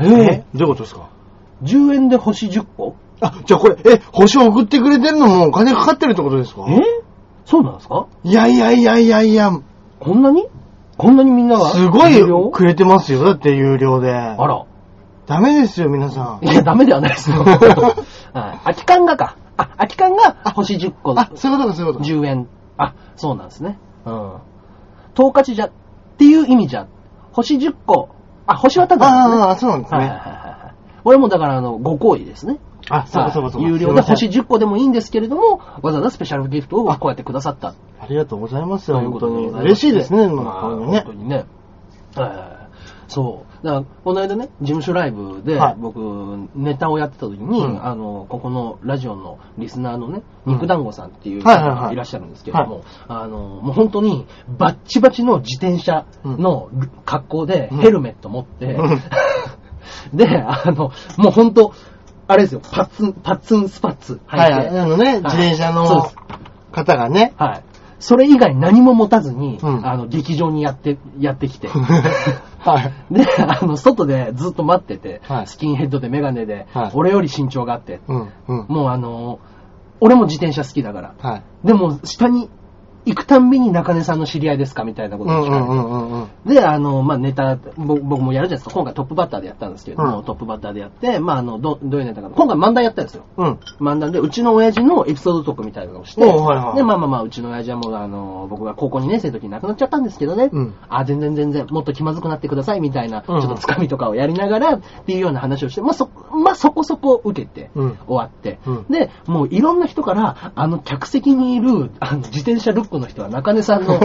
A: ええ
B: どういうことですか
A: 10円で星10個
B: あ、じゃあこれ、え、星を送ってくれてるのもお金かかってるってことですか
A: えそうなんですか
B: いやいやいやいやいや、
A: こんなにこんなにみんなが
B: すごい
A: 有料
B: くれてますよ。だって有料で。
A: あら。
B: ダメですよ、皆さん。
A: いや、ダメではないですよ。 はい空き缶がか。あ、空き缶が星10個
B: あ、そういうことか、そういうことか。
A: 10円。あ、そうなんですね。うん。10日じゃ、っていう意味じゃ、星10個。あ、星はただなんですね。
B: ああ、そうなんです
A: はいはい
B: ね。
A: はいはい。俺もだから、あの、ご好意ですね。
B: あ、そうか、そうか、そうか。
A: 有料です
B: いませ
A: 星
B: ん
A: 10個でもいいんですけれども、わざわざスペシャルギフトをこうやってくださった
B: ありがとうございますよ、
A: という
B: 本
A: こ
B: 当
A: と
B: に。
A: でございます
B: 嬉しいですね、ま
A: ま
B: あ
A: あ
B: こういうの
A: 本
B: ね
A: 当。にね。はいそう。だから、この間ね、事務所ライブで
B: はい、
A: 僕、ネタをやってた時に、
B: うん
A: あの、ここのラジオのリスナーのね、
B: うん
A: 肉団子さんっていう
B: はいはいは
A: 方
B: い
A: がいらっしゃるんですけれども、あの、もう本当に、バッチバチの自転車の格好で、
B: うん
A: ヘルメット持って、
B: うん
A: で、あの、もう本当、あれですよ、パッツン、パッツンスパッツ履いて、
B: はい、はいあのね、
A: い
B: 自転
A: そ
B: 車
A: う
B: の
A: です
B: 方がね、
A: はい。それ以外何も持たずに、
B: うん
A: あの、劇場にやって、やってきて。
B: はい。
A: で、あの、外でずっと待ってて、
B: はい
A: スキンヘッドでメガネで、
B: はい
A: 俺より身長があって、
B: うん、うん。
A: もうあの、俺も自転車好きだから、
B: はい。
A: でも下に行くたんびに中根さんの知り合いですかみたいなこ
B: う
A: とを
B: ん、
A: 聞
B: う
A: かれて
B: ん、うん、うんうん。
A: で、あの、まあ、ネタ、ぼ僕もやるじゃないですか。今回トップバッターでやったんですけれども、
B: うん
A: トップバッターでやって、まあ、あの、ど、どういうネタか。今回漫談やったんですよ。
B: うん。
A: 漫談で、うちの親父のエピソードトークみたいなのをして、
B: おうはいはい
A: で、まあまあまあ、うちの親父はもう、あの、僕が高校2年生の時に亡くなっちゃったんですけどね、
B: うん
A: あ、全然全然、もっと気まずくなってくださいみたいな、ち
B: うん
A: ょっとつかみとかをやりながら、っていうような話をして、まあそ、まあそこそこ受けて、
B: うん
A: 終わって、
B: うん
A: で、もういろんな人から、あの、客席にいる、あの、自転車ルックの人は中根さん の、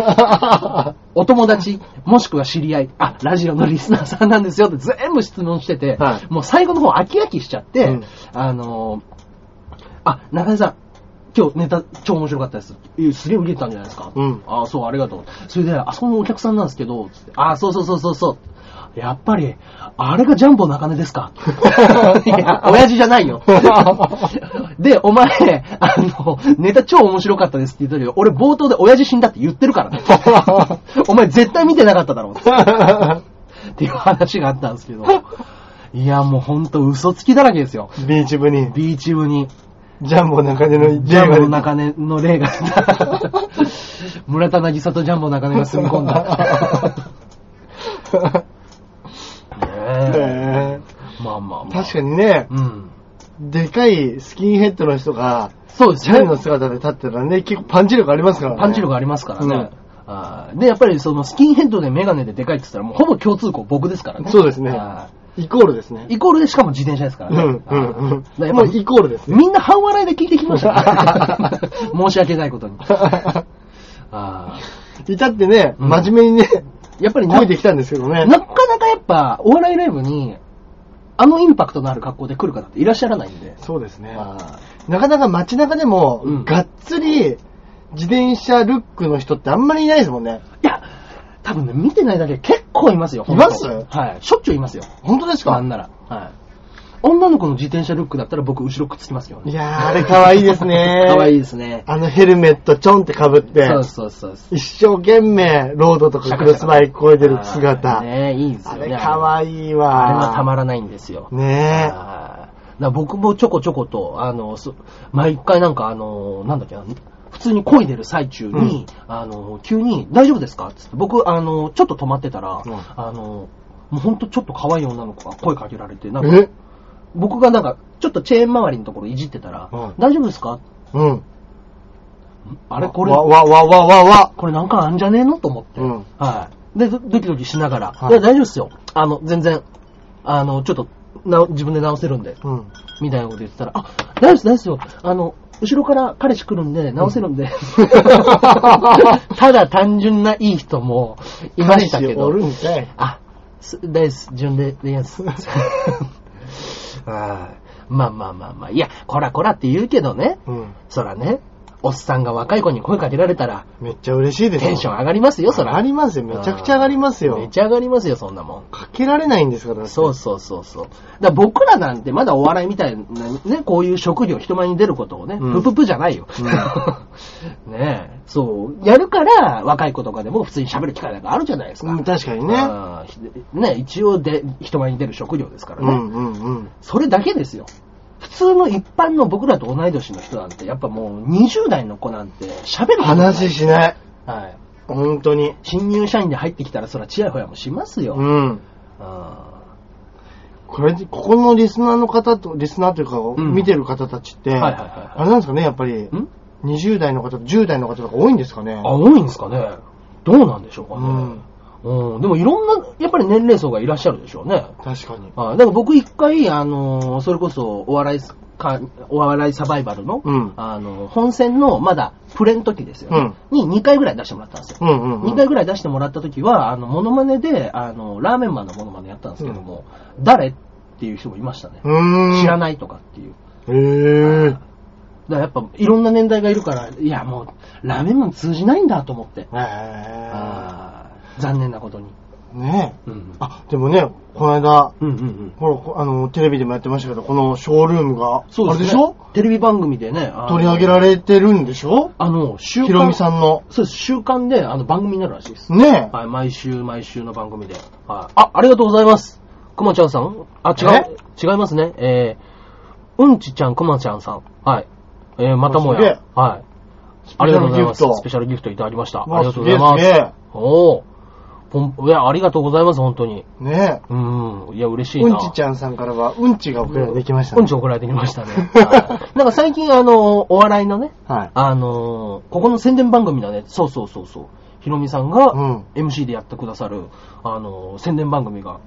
A: お友達、もしくは知り合い、あ、ラジオのリスナーさんなんですよって全部質問してて、
B: はい
A: もう最後の方飽き飽きしちゃって、
B: うん
A: あのーあ、中根さん、今日ネタ超面白かったです。えすげえ売れたんじゃないですか。
B: うん
A: あそう、ありがとう。それで、あそこのお客さんなんですけど、つってあそうそうそうそうそう。やっぱり、あれがジャンボ中根です かいや、親父じゃないよ。で、お前、あの、ネタ超面白かったですって言ったけど、俺冒頭で親父死んだって言ってるから ね。お前絶対見てなかっただろうっていう話があったんですけど。いや、もうほんと嘘つきだらけですよ。
B: ビーチ部に、
A: ビーチ部に、
B: ジャンボ中根の
A: ジャンボ
B: 出て
A: 中根の霊が、 村田渚とジャンボ中根が住み込んだ。ねえ
B: へ
A: まあまあ
B: え
A: まあ。
B: 確かにね、
A: うん。
B: でかいスキンヘッドの人が、
A: そうです
B: チャ
A: ね
B: リの。姿で立ってたらね、結構パンチ力ありますからね。
A: パンチ力ありますからね。
B: うん
A: あーで、やっぱりそのスキンヘッドでメガネででかいって言ったらもうほぼ共通項僕ですからね。
B: そうですね
A: あ
B: イコールですね
A: ー。イコールでしかも自転車ですから
B: う
A: ね。
B: ん、う
A: あー
B: ん、
A: だから
B: う
A: や
B: ん。
A: っ
B: も
A: ぱ
B: うイコールですね。
A: みんな半笑いで聞いてきました、ね、申し訳ないことに。あ
B: いたってね、
A: うん
B: 真面目にね、
A: ーやっぱりな
B: こいてきたんですけどね。
A: なかなかやっぱ、お笑いライブに、あのインパクトのある格好で来る方っていらっしゃらないんで。
B: そうですね。
A: あ
B: なかなか街中でも、
A: うん
B: がっつり自転車ルックの人ってあんまりいないですもんね。
A: ーいや、多分ね、見てないだけで結構いますよ。ほんと
B: います
A: はい。しょっちゅういますよ。
B: 本当です
A: な
B: か
A: んなら。はい。女の子の自転車ルックだったら僕、後ろくっつきますよ
B: い
A: ね。
B: やー、あれ可愛いで すね。
A: かわいい
B: い。
A: ですね。
B: あのヘルメットちょんって被って、
A: そうそうそうそう。
B: 一生懸命ロードとかクロスバイク越えてる
A: は
B: 姿。
A: いねいいですよ
B: あ
A: ね。
B: れ可愛いわ。
A: あれはたまらないんですよ。
B: ね
A: はい
B: え。
A: だから僕もちょこちょこと、あの、そ毎回なんかあの、なんだっけな、普通に漕いでる最中に、あの、急に、大丈夫ですかつって、僕、あの、ちょっと止まってたら、
B: うん
A: あの、もうほんとちょっと可愛い女の子が声かけられて、なんか、
B: え
A: 僕がなんか、ちょっとチェーン周りのところいじってたら、
B: うん
A: 大丈夫ですか
B: うん。
A: あれこれ、
B: わ、わ、わ、わ、わ、わ。
A: これなんかあんじゃねえのと思って。
B: うん
A: はい。で、ドドキドキしながら、
B: はい
A: い、や、大丈夫ですよ。あの、全然、あの、ちょっと、な自分で直せるんで、
B: うん。
A: みたいなこと言ってたら、あ、大丈夫です、大丈夫ですよ。あの、後ろから彼氏来るんで、直せるんで。 ただ単純ないい人もいましたけ
B: 彼氏お
A: ど
B: る。んかい。
A: あ、す大丈夫です、順で、いやす。はいまあまあまあまあ、いや、こらこらって言うけどね、
B: うん。
A: そらね、おっさんが若い子に声かけられたら、
B: めっちゃ嬉しいですよ。
A: テンション上がりますよ、そ
B: 上が
A: ら。
B: りますよ。めちゃくちゃ上がります
A: め
B: よ。
A: ちゃ上がりますよ、そんなもん。
B: かけられないんですから。
A: そうそうそうそう。だから僕らなんてまだお笑いみたいなね、こういう職業、人前に出ることをね、
B: うん
A: ぷぷぷじゃないよ。 ねえ、そう。やるから、若い子とかでも普通に喋る機会なんかあるじゃないですか。
B: うん、確かにね。
A: あーひね一応で、人前に出る職業ですから
B: う
A: ね。
B: んうんうん。
A: それだけですよ。普通の一般の僕らと同い年の人なんて、やっぱもう20代の子なんて喋ることない
B: 話しない。
A: はい。
B: 本当に。
A: 新入社員で入ってきたら、そらチヤホヤもしますよ。
B: うん。
A: あ
B: これ、ここのリスナーの方と、リスナーというか、
A: ん
B: 見てる方たちって、
A: はいはいはいはい
B: あれなんですかね、やっぱり
A: ー、ん
B: 20代の方、10代の方とか多いんですかね。
A: あ、多いんですかね。どうなんでしょうか
B: う
A: ね。
B: ん。
A: うん、でもいろんな、やっぱり年齢層がいらっしゃるでしょうね。
B: 確かに。
A: あだから僕一回、あの、それこそお笑いか、お笑いサバイバルの、
B: うん
A: あの、本戦のまだプレの時ですよね、に2回ぐらい出してもらったんですよ。
B: うんうん、うん。
A: 2回ぐらい出してもらった時は、あの、モノマネで、あの、ラーメンマンのモノマネやったんですけども、誰っていう人もいましたね。
B: うーん。
A: 知ら
B: な
A: な
B: い。
A: いとかっていう。
B: へー。
A: だからやっぱいろんな年代がいるから、いやもう、ラーメンマン通じないんだと思って。
B: へー。
A: あー残念なことに。
B: ねえ。
A: うん
B: あ、でもね、この間、
A: うんうんうん。
B: ほらこ、あの、テレビでもやってましたけど、このショールームが、あれでしょ
A: テレビ番組でね、あの
B: 取り上げられてるんでしょ
A: あの、週
B: ひろみさ
A: ん。
B: んの。
A: そうです、週刊であの番組になるらしいです。
B: ね
A: はい、毎週毎週の番組で。はい。あ、ありがとうございます。くまちゃんさんあ、違う。違いますね。えー、うんちちゃんくまちゃんさん。はい。えー、またも
B: あすげえ
A: や。はい。ありがとうございます。
B: ス
A: ス
B: ペ
A: ペ
B: シ
A: シャルギフトいただきました。
B: うわ
A: ありがとうございます。
B: すげえすげえ
A: おお。ポンいや、ありがとうございます、本当に。
B: え。ね
A: うん。いや、嬉し
B: え。
A: いな。
B: うんちちゃんさんからは、うんちが送られてきましたね。
A: うんち送られてきましたね。はいなんか最近、あの、お笑いのね、
B: はい。
A: あのーここの宣伝番組だね。そうそうそうそう。ひろみさんが
B: うん
A: MC でやってくださる、あのー宣伝番組が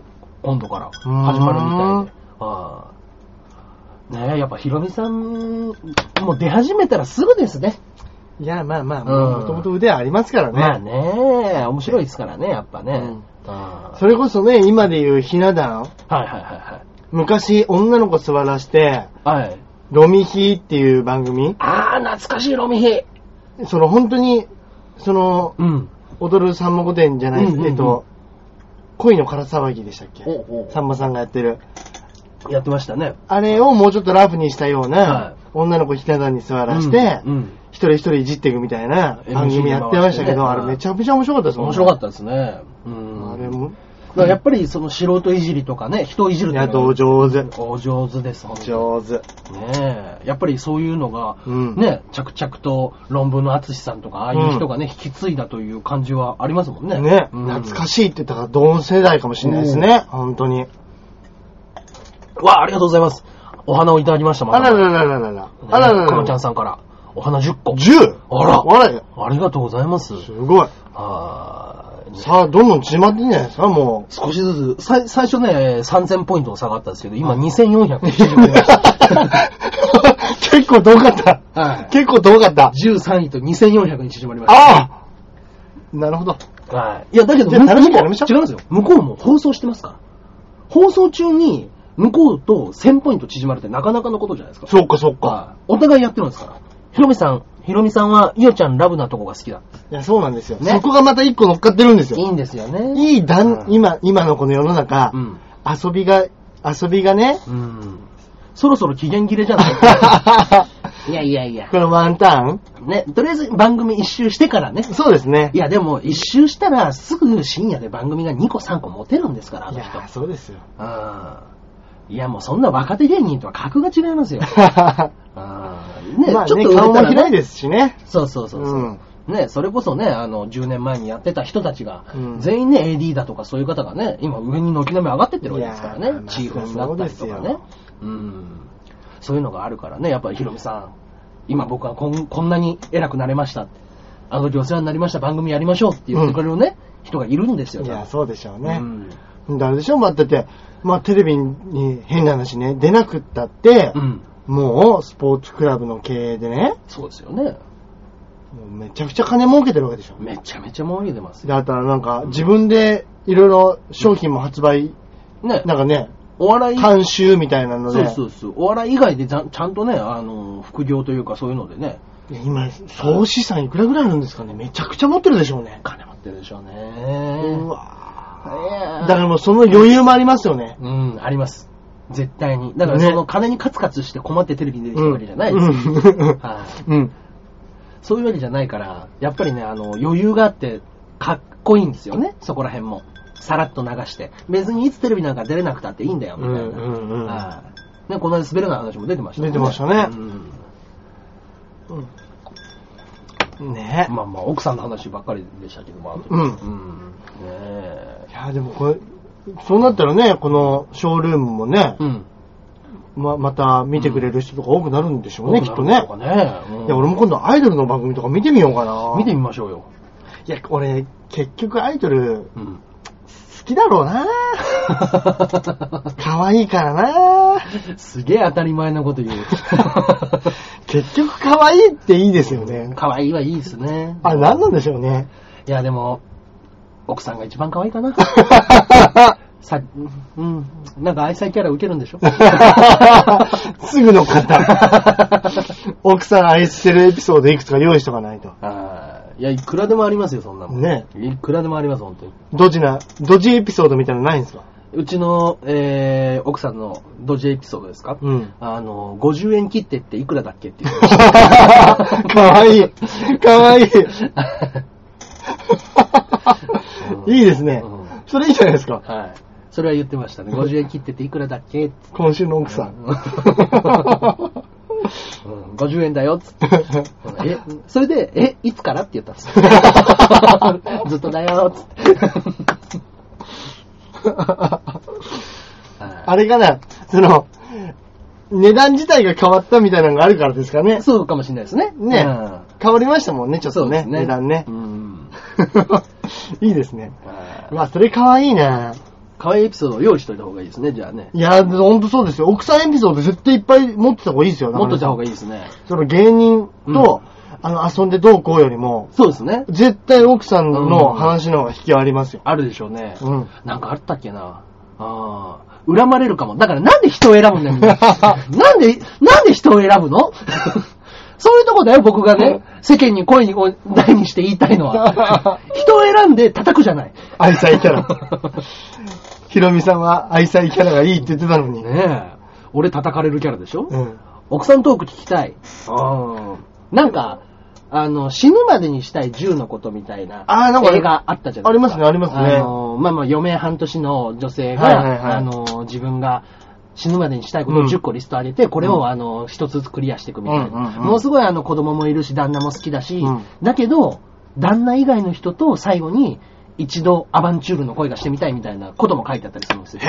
A: 今度から始まるみたいで。あーねえ、やっぱひろみさん、もう出始めたらすぐですね。
B: いや、まあま
A: うん
B: あ、もともと腕はありますからね。
A: まあねえ、面白いですからね、やっぱね。
B: うん
A: あー
B: それこそね、今で言うひな壇、
A: はいはいはい
B: 昔女の子座らして、
A: はい。はい。
B: ロミヒっていう番組、
A: あー、懐かしい、ロミヒ。
B: その本当に、その、
A: うん。
B: 踊るさんま御殿じゃない、
A: うんうんうん
B: えっと、恋の空騒ぎでしたっけ
A: お
B: さんまさんがやってる。
A: やってましたね。
B: あれをもうちょっとラフにしたよう
A: は
B: な、女の子ひな壇に座らして、
A: うんうん
B: 一人一人いじっていくみたいな番組やってましたけど、
A: MC
B: あれめちゃめちゃ面白かったですもん
A: 面白かったですね。うん。
B: あれも、
A: だからやっぱりその素人いじりとかね、人をいじる
B: い
A: ってい
B: や、
A: うの
B: ど
A: は
B: う上手。
A: お上手です、本当
B: 上手。
A: に。ねえ。やっぱりそういうのが、
B: うん
A: ね、着々と論文の厚さんとか、ああいう人がね、引き継いだという感じはありますもんね。
B: ね、
A: うん
B: 懐かしいって言ったら同世代かもしれないですね、本当に。
A: わあ、ありがとうございます。お花をいただきました、ま
B: あ
A: た
B: らららららら。あらら
A: ねく
B: ら
A: まちゃ
B: ら
A: ん。さんから、お花10個。
B: 10!
A: あら
B: あら
A: ありがとうございます。
B: すごい。
A: はーい。
B: さあ、どんどん縮まってんじゃないですか、も
A: 少しずつ、最最初ね、3000ポイントの差があったんですけど、今2400に縮まりま した。
B: う。結構遠かった。
A: はい
B: 結構遠かった。
A: 13位と2400に縮まりました。
B: ああなるほど。
A: はい。いや、だけど、
B: じゃあ
A: 向こう
B: 楽しみにやりましょう
A: 違うんですよ。向こうも放送してますから。放送中に、向こうと1000ポイント縮まるってなかなかのことじゃないですか。
B: そっかそっか。
A: はいお互いやってるんですから。ひろみさん、ヒロミさんは、イオちゃんラブなとこが好きだ。
B: いや、そうなんですよ。
A: ね
B: そこがまた一個乗っかってるんです
A: い
B: よ。
A: いんですよね。
B: いいだん、
A: うん
B: 今、今のこの世の中、
A: うん。
B: 遊びが、遊びが ね、
A: うん。そろそろ期限切れじゃない いやいやいや。
B: このワンターン
A: ね、とりあえず番組一周してからね。
B: そうですね
A: い。や、でも一周したらすぐ深夜で番組が2個3個持てるんですから、あ
B: い
A: の
B: や
A: 人
B: ー、。そうで すよ。
A: うん。いや、もうそんな若手芸人とは格が違います よ。うんね、
B: まあ
A: ちょっ
B: ね、
A: と売れ
B: 顔
A: た
B: も
A: ら、
B: 広い
A: ね、
B: ですしね。
A: そうそうそうそう、
B: うん
A: ね、それこそね、あの、10年前にやってた人たちが、
B: うん
A: 全員ね、AD だとかそういう方がね、今上に軒並み上がってってるわけですから
B: いやーまあ
A: ね。
B: まあ
A: チーフになったりとか
B: そうです
A: ね
B: よ。
A: うん。そういうのがあるからね、やっぱりヒロミさん、今僕はこんこんなに偉くなれました。あの時お世話になりました、番組やりましょうって言ってくれるね、人がいるんですよ。
B: いや、そうでしょう
A: うね。
B: ね。だからでしょまあ、だって、まあ、テレビに変な話ね、出なくったって、
A: うん。
B: もう、スポーツクラブの経営でね、
A: そうですよね。
B: もうめちゃくちゃ金儲けてるわけでしょ。
A: めちゃめちゃ盛り上げてますよ。
B: だからなんか、自分でいろいろ商品も発売、
A: ね。
B: なんかね、
A: お笑い
B: 監修みたいなの
A: そう
B: で、
A: そうそう。お笑い以外でちゃんちゃんとね、あの、副業というかそういうのでね、
B: いや今、総資産いくらぐらいあるんですかねめちゃくちゃ持ってるでしょうね。
A: 金持ってるでしょうね。
B: うわだか
A: だから
B: もうその余裕もありますよね。
A: うん、あります。絶対に。だからその金にカツカツして困ってテレビに出てきたわけじゃないですよ。
B: うん
A: はい
B: うん。
A: そういうわけじゃないから、やっぱりね、あの、余裕があって、かっこいいんですよね、そこら辺も。さらっと流して。別にいつテレビなんか出れなくたっていいんだよ、みたいな。
B: うんうんうん
A: はいね、この間滑るな話も出てましたもん
B: 出てましたね
A: うん
B: うんね
A: まあまあ、奥さんの話ばっかりでしたけど、まあ、
B: うん
A: うん。ねえ。
B: いや、でもこれ、そうなったらね、このショールームもね、
A: うん。
B: ま、また見てくれる人とか多くなるんでしょうね、きっとね。
A: そうかね。うん
B: いや、俺も今度アイドルの番組とか見てみようかな。
A: 見てみましょうよ。
B: いや、俺、結局アイドル
A: うん。
B: 好きだろうな可愛いからな
A: すげえ当たり前なこと 言う。
B: 結局可愛いっていいですよね。
A: 可愛いはいいですね。
B: あれ何なんでしょ うね。
A: いや、でも、奥さんが一番可愛いか な。さ、うん。なんか愛妻キャラ受けるん でしょ
B: すぐ乗っかった。奥さん愛してるエピソードいくつか用意しとかないと。
A: あーいや、いくらでもありますよ、そんなもん。
B: ね。
A: いくらでもあります、本当に。
B: ドジな、ドジエピソードみたいなのないんです か
A: うちの、えー、奥さんのドジエピソードですか
B: うん。
A: あの、50円切ってっていくらだっけ っていう。
B: かわいい。か わいい。いいですね
A: うん。
B: それいいじゃないですか。
A: はい。それは言ってましたね。50円切ってていくらだっけって。
B: 今週の奥さん。
A: うん、50円だよっつって。え、それで、え、いつからって言ったんです。 ずっとだよっつって。
B: あれかな、その、値段自体が変わったみたいなのがあるからですかね。
A: そうかもしれないですね。
B: ね
A: うん
B: 変わりましたもんね、ちょっ
A: そ
B: と
A: うで
B: ね、
A: すね。
B: 値段ね
A: う。ん。
B: いいですね。
A: はい
B: まあ、それかわいいな
A: 可愛いエピソードを用意しといた方がいいですね、じゃあね。
B: いや、ほんとそうですよ。奥さんエピソード絶対いっぱい持ってた方がいいですよ。
A: 持っといた方が
B: いい。
A: いいですね。
B: その芸人と、あの、遊んでどうこうよりも、
A: そうですね。
B: 絶対奥さんの話の方が引きはあり ますよ。
A: あるでしょうね。
B: うん。
A: なんかあったっけな。ああ。恨まれるかも。だからなんで人を選ぶんだ よ、みんななんで、なんで人を選ぶのそういうとこだよ、僕がね。世間に声にこう大にして言いたいの は。人を選んで叩くじゃない。
B: 愛妻キャラ。ひろみさんは愛妻キャラがいいって言ってたの に。
A: ねえ。俺叩かれるキャラでしょ、
B: うん。
A: 奥さんトーク聞きたい。ああ。なんか、あの、死ぬまでにしたい銃のことみたいな
B: あーなんか
A: 映画あったじゃないですか。
B: ありますねありますね
A: あの、まあまあ、余命半年の女性が、
B: はいはいはい
A: あの、自分が死ぬまでにしたいことを
B: うん
A: 10個リスト上げて、これ
B: う
A: を
B: ん
A: あの、一つずつクリアしていくみたいな。
B: うんうんうん
A: もうすごいあの、子供もいるし、旦那も好きだし、
B: うん
A: だけど、旦那以外の人と最後に、一度アバンチュールの恋がしてみたいみたいなことも書いてあったりするんですよ。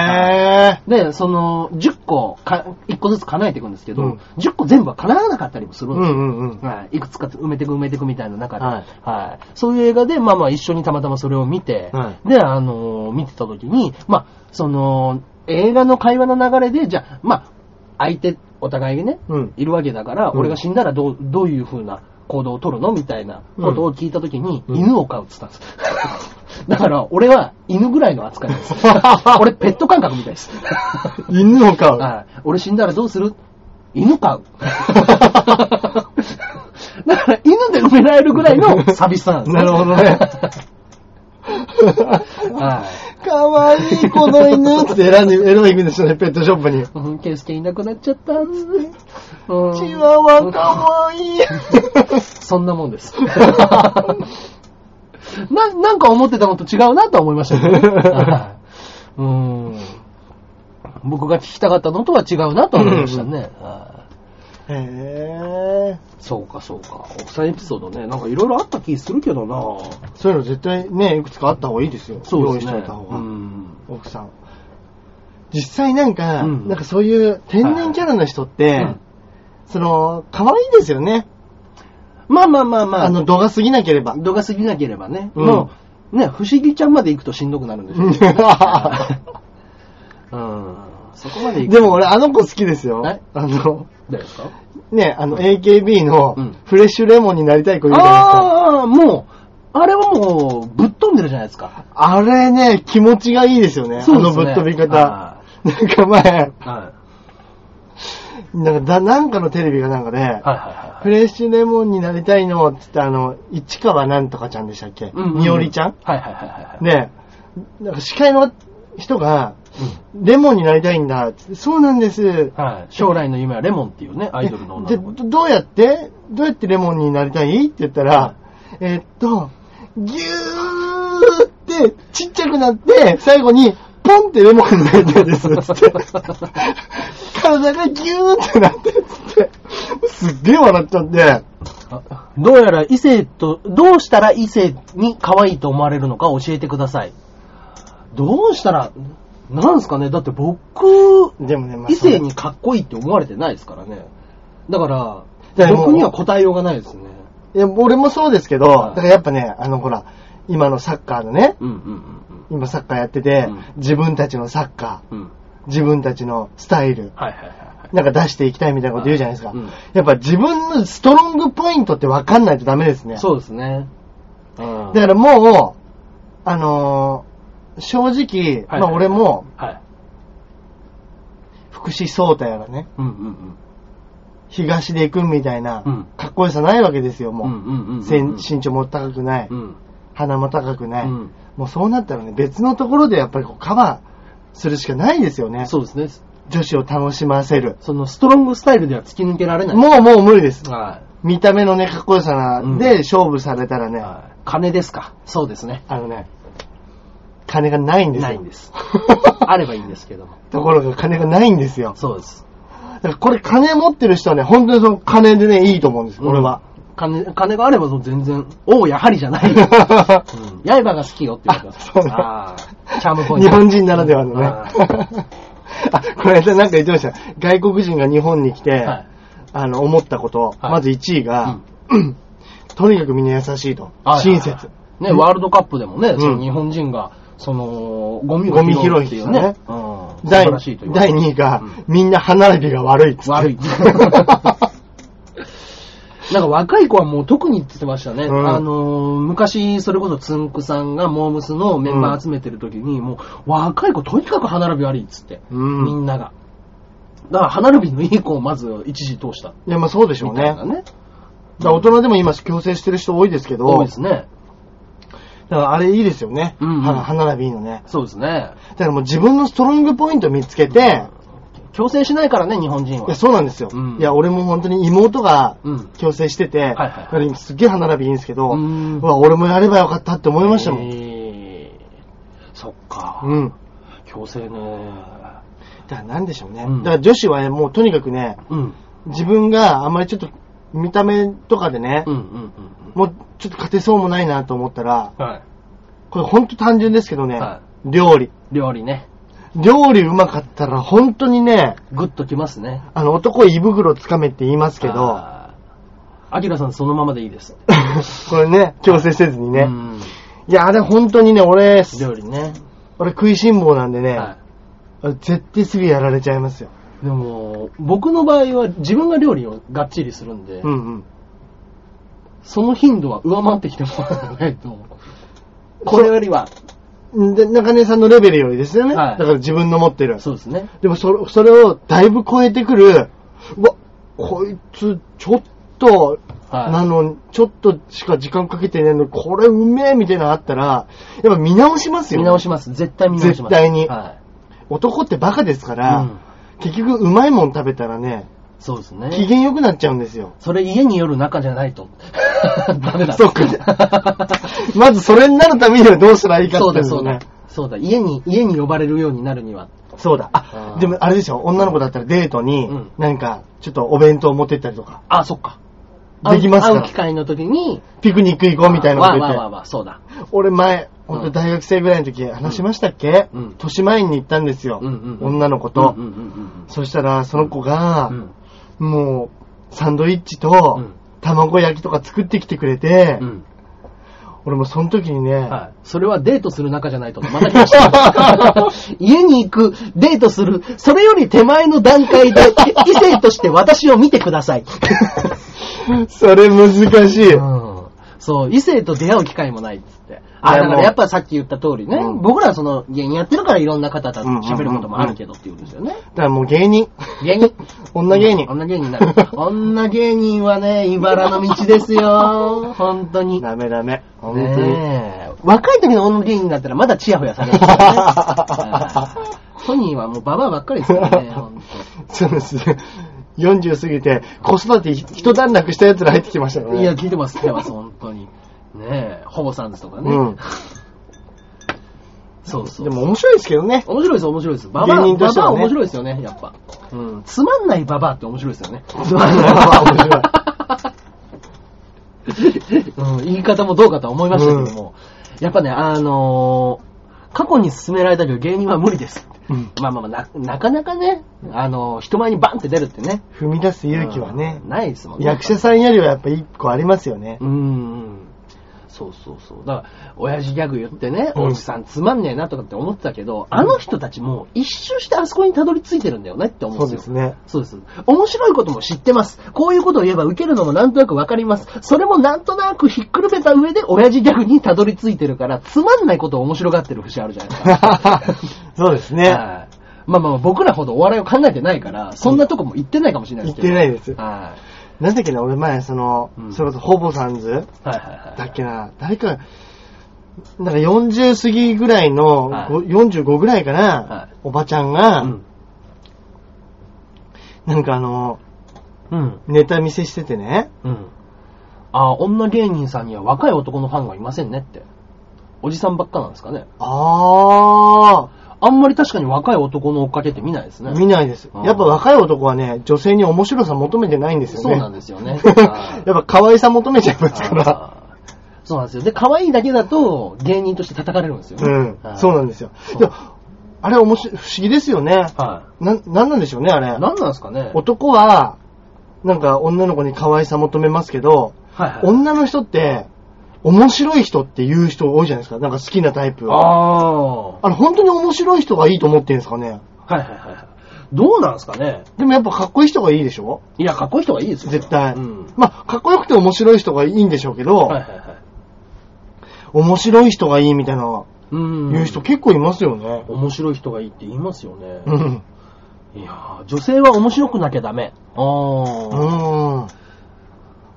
B: へー。
A: で、その、10個か、1個ずつ叶えていくんですけど、
B: うん
A: 10個全部は叶わなかったりもする
B: うん
A: ですよ。
B: んうんうん。
A: はい、いくつか埋めていく埋めていくみたいな中で、
B: は
A: はいいそういう映画で、まあまあ一緒にたまたまそれを見て、
B: は
A: で、あのー見てた時に、まあ、その、映画の会話の流れで、じゃあ、まあ、相手、お互いにね、
B: うん
A: いるわけだから、
B: うん
A: 俺が死んだらどう、どういう風な行動を取るのみたいなことを聞いた時に、
B: うん
A: 犬を飼うって言ったんです。 だから、俺は犬ぐらいの扱いなん です。俺、ペット感覚みたいです。
B: 犬を飼 う。
A: はい。俺死んだらどうする犬飼う。だから犬で埋められるぐらいの寂しさなんです
B: なるほどね
A: は
B: かわいい、この犬って選んで、選んでいくんですよね、ペットショップに。
A: い。うん、ケイスケいなくなっちゃった。うん
B: チワワかわいい。
A: そんなもん です。な、なんか思ってたのと違うなとは思いましたけど ね。はいうん。僕が聞きたかったのとは違うなと思いましたね。はい
B: へえ。
A: そうか、そうか。奥さんエピソードね、なんかいろいろあった気するけどな
B: そういうの絶対ね、いくつかあった方がいいですよ。
A: そうです
B: 用意
A: ね。
B: しておいた方
A: う
B: が。
A: ん。
B: 奥さん。実際なんか、
A: うん
B: なんかそういう天然キャラの人って、
A: はいうん
B: その、可愛いですよね。
A: まあまあまあまあ、
B: あの、度が過ぎなければ。
A: 度が過ぎなければね。
B: うん
A: もう、ね、不思議ちゃんまで行くとしんどくなるんでしょうね。 うん。そこまで行く。
B: でも俺、あの子好きですよ
A: え。
B: あの、
A: 誰ですか
B: ね、あの、AKB の
A: うん
B: フレッシュレモンになりたい子いるじゃないですか。
A: ああ、もう、あれはもう、ぶっ飛んでるじゃないですか。
B: あれね、気持ちがいいですよね。あのぶっ飛び方。
A: は
B: なんか前、
A: い。はい。
B: なんかだ、なんかのテレビがなんかで、
A: はいはいは
B: フレッシュレモンになりたいのっつって、あの、市川なんとかちゃんでしたっけ、
A: い。うんうん
B: みおりちゃん
A: はいはいはいはい。
B: ねえ、なんか司会の人が、レモンになりたいんだっつって、そうなんです。
A: はい。将来の夢はレモンっていうね、アイドルの女
B: で、
A: の子。
B: どどうやってどうやってレモンになりたいって言ったら、えっと、ぎゅーってちっちゃくなって、最後に、ポンってレモンになりたいで す、つって。体がぎゅーってなって、つって。すっげえ笑っちゃって。
A: あどうやら異性と、どうしたら異性に可愛いと思われるのか教えてください。どうしたら、なんですかねだって僕、
B: でもね、まあ
A: 異
B: それ
A: 性にかっこいいって思われてないですからね。だから、
B: だからもう
A: 僕には答えようがないですね。
B: いや、俺もそうですけど、
A: はい
B: だからやっぱね、あのほら、今のサッカーのね、
A: うんうんうん
B: 今サッカーやってて、
A: うん
B: 自分たちのサッカ
A: うん。うん。
B: ー、自分たちのスタイル、
A: はいはいはいはい。
B: なんか出していきたいみたいなこと言うじゃないですか。
A: うん
B: やっぱ自分のストロングポイントって分かんないとダメですね。
A: そうですね。うん
B: だからもう、あのー正直、
A: はい
B: まあ俺も、
A: はい。
B: 福士蒼太やらね、
A: うんうん
B: 東出くんみたいな
A: う、ん。
B: かっこよさないわけですよ、
A: うん。うん
B: も
A: うんうんう
B: う。
A: ん。
B: せん身長も高くない、
A: うん。
B: 鼻も高く
A: う
B: ない、
A: ん。
B: もうそうなったらね、別のところでやっぱりこうカバーするしかないですよね。
A: そうですね。
B: 女子を楽しませる。
A: そのストロングスタイルでは突き抜けられない。
B: もうもう無理です。
A: は
B: 見た目のね、かっこよさな
A: うん
B: で勝負されたら
A: い。
B: ね、
A: はい金ですかそうですね。
B: あのね、金がないんですよ。
A: ないんです。 あればいいんですけども。
B: ところが金がないんですよ。
A: そうです。
B: だからこれ金持ってる人はね、本当にその金でね、いいと思うんです、俺は。
A: 金、金があれば全然、おう、やはりじゃない。うん、刃が好きよって言われます。
B: あそうだ
A: ああ、チャームポイン
B: 日
A: ト。
B: 本人ならではのね。
A: あ
B: あこの間なんか言ってました。外国人が日本に来て、
A: はい。
B: あの、思ったこと、
A: はい
B: まず1位が、 とにかくみんな優しいと。
A: はい
B: 親切。
A: ね、ワールドカップでもね、
B: ん
A: その日本人が、その、ゴミを
B: ゴミ拾い
A: っていう
B: ね
A: ね。うん素
B: 第
A: 晴らしいと言われ
B: 第
A: て
B: 2位が、
A: うん
B: みんな歯並びが悪いっつって。
A: 悪 い。なんか若い子はもう特に言ってましたね。
B: うん
A: あのー昔、それこそつんくさんがモームスのメンバー集めてる時に、もう若い子とにかく歯並び悪いっつって、
B: うん
A: みんなが。だから歯並びのいい子をまず一時通した。
B: いや、まあそうでしょう
A: み
B: ね。
A: たい
B: だ
A: な
B: か
A: ね。
B: ら大人でも今、強制してる人多いですけど、
A: 多いですね。
B: だからあれいいですよね。
A: うんうん
B: 歯が歯並びいいのね。
A: そうですね。
B: だからもう自分のストロングポイント見つけて、
A: 強制しないからね、日本人
B: いや、
A: は。
B: そうなんですよ。
A: うん
B: いや、俺も本当に妹が
A: うん。
B: 強制してて、
A: いはいはい
B: だから今すっげえ歯並びいいんですけど、
A: う
B: うんわ、俺もやればよかったって思いましたもん。
A: えーそっか。
B: うん。
A: 強制ね。
B: だからなんでしょうね。
A: うん
B: だから女子はもうとにかくね、
A: うん。
B: 自分があんまりちょっと見た目とかでね、
A: うんうんうん
B: もうちょっと勝てそうもないなと思ったら、
A: うん。はい。
B: これ本当単純ですけどね、
A: は
B: 料理。
A: 料理ね。
B: 料理うまかったら本当にね、
A: グッときますね。
B: あの男胃袋つかめって言いますけど、
A: あー。アキラさんそのままでいいです。
B: これね、強制せずにね。
A: うん
B: いや、あれ本当にね、俺、
A: 料理ね。
B: 俺食いしん坊なんでね、
A: は
B: 絶対すぐやられちゃいますよ。
A: い。でも、僕の場合は自分が料理をがっちりするんで、
B: うんうん。
A: その頻度は上回ってきてもらわない と。これよりは。
B: で、中根さんのレベルよりですよね。
A: はい
B: だから自分の持ってる。
A: そうですね。
B: でもそれ、それをだいぶ超えてくる、うわ、こいつ、ちょっと、
A: はい
B: なのに、ちょっとしか時間かけてないのに、これうめえみたいなのあったら、やっぱ見直しますよ、
A: 見直します。絶対見直します。
B: 絶対に
A: は
B: 男ってバカですか
A: い。
B: ら、
A: うん
B: 結局うまいもん食べたらね、
A: そうです
B: 機
A: ね。
B: 嫌良くなっちゃうんですよ。
A: それ家による仲じゃ ないと。ダメだ。
B: そ っかまずそれになるためにはどうしたらいいか
A: そ
B: っ
A: う
B: て
A: だ、
B: いの
A: そう
B: をね
A: だ。。そうだ、家に、家に呼ばれるようになるには。
B: そうだ。
A: あ
B: あ
A: ー、
B: でもあれでしょ、女の子だったらデートに
A: うん、
B: なんか、ちょっとお弁当持ってったりとか、
A: あ、そっか。
B: できますか
A: 会う
B: ら
A: 機。会の時に、
B: ピクニック行こうみたいなこ
A: わあ
B: と
A: わあわ
B: 言
A: あ
B: っ
A: わあそうだ。
B: て。俺前、
A: うん
B: 本当大学生ぐらいの時話しましたっけ
A: うんうん
B: 年前に行ったんですよ。
A: うんうんうん
B: 女の子
A: うん
B: と
A: う。んうん
B: そしたら、その子
A: う
B: が
A: んう、ん。
B: もう、サンドイッチと
A: うん、
B: 卵焼きとか作ってきてくれて
A: う、ん。
B: 俺もその時にね、
A: はい。それはデートする仲じゃないと。また来ま した。家に行く、デートする、それより手前の段階 で、異性として私を見てください。
B: それ難しい。
A: うんそう、異性と出会う機会もないっつって。あ、
B: いや
A: だか
B: も
A: ら
B: う
A: やっぱさっき言った通りね、
B: うん
A: 僕らはその芸人やってるからいろんな方と
B: うんうんうんうん
A: 喋ることもあるけどっていうことですよね。
B: だからもう芸人。
A: 芸人。
B: 女芸人。
A: 女芸 人になる。女芸人はね、茨の道ですよ。本当に。
B: ダメダメ。本当に。
A: ねえ若い時の女芸人だったらまだチヤホヤされるんですよねはい。本人はもうババアばっかりですからね、本
B: そうですね。40過ぎて、子育て一段落したやつら入ってきましたよ
A: 当。
B: ね。
A: いや、聞いてます、聞いてます、本当に。ねえ、ほぼさんですとかね。
B: うん
A: そうそう。
B: でも面白いですけどね。
A: 面白いです、面白いです。ババア、
B: 芸人と
A: バ
B: して
A: バ
B: は
A: ア
B: ね
A: 面白いですよね、やっぱ。
B: うん。
A: つまんないババアって面白いですよね。
B: つまんないババア面白い
A: うん、言い方もどうかとは思いましたけども。やっぱね、あのー過去に勧められたけど芸人は無理です。
B: うん
A: まあまあまあ、な、なかなかね、あのー人前にバンって出るってね。
B: 踏み出す勇気はね
A: うん、ないですもんね。
B: 役者さんよりはやっぱ一個ありますよね。
A: うんうん。そうそうそう。だから、親父ギャグ言ってね、
B: うん
A: おじさんつまんねえなとかって思ってたけど、あの人たちもう一周してあそこにたどり着いてるんだよねって思
B: そ
A: うん
B: う
A: で
B: ですす
A: よ。
B: ね。
A: そうです。面白いことも知ってます。こういうことを言えば受けるのもなんとなくわかります。それもなんとなくひっくるめた上で親父ギャグにたどり着いてるから、つまんないことを面白がってる節あるじゃないですか。
B: そうです
A: は
B: ね。
A: いまあまあ僕らほどお笑いを考えてないから、そんなとこも言ってないかもしれないですけど。
B: 言ってないです
A: は
B: なんだっけな、俺前、その
A: う、ん
B: それこそほぼさんず
A: い。はいはいは
B: だ
A: い。
B: っけな、誰か、なんか40過ぎぐらいの、
A: はい
B: ご45ぐらいか
A: は、
B: ないおばちゃんが
A: う、ん。
B: なんかあの、
A: うん。
B: ネタ見せしててね、
A: うん。あー女芸人さんには若い男のファンがいませんねって。おじさんばっかなんですかね。
B: あ
A: あんまり確かに若い男の追っかけって見ないですね。
B: ー、見ないです
A: あ。ー
B: やっぱ若い男はね、女性に面白さ求めてないんですよね。。
A: そうなんですよね
B: やっぱ可愛さ求めちゃいますから。
A: あーそうなんですよ。で、可愛いだけだと芸人として叩かれるんですよね。
B: うん、そうなんですよ。
A: そう
B: いや、あれ面白い、不思議ですよね。
A: は
B: な、なんなんでしょうね、あ
A: い。
B: れ。
A: 何なんですかね。
B: 男は、なんか女の子に可愛さ求めますけど、
A: はいはい
B: 女の人って、面白い人っていう人多いじゃないですか。なんか好きなタイプは。
A: あ
B: あれ、本当に面白い人がいいと思ってるんですかね。
A: あー。はいはいはいはい。どうなんですかね。
B: でもやっぱかっこいい人がいいでしょ
A: いや、かっこいい人がいいですよ。
B: 絶対。
A: うん。
B: まあ、かっこよくて面白い人がいいんでしょうけど、
A: はいはいはい。
B: 面白い人がいいみたいな、
A: うん。
B: 言う人結構いますよね。
A: 面白い人がいいって言いますよね。
B: うん。
A: いやー女性は面白くなきゃダメ。あ
B: う
A: ー
B: ん。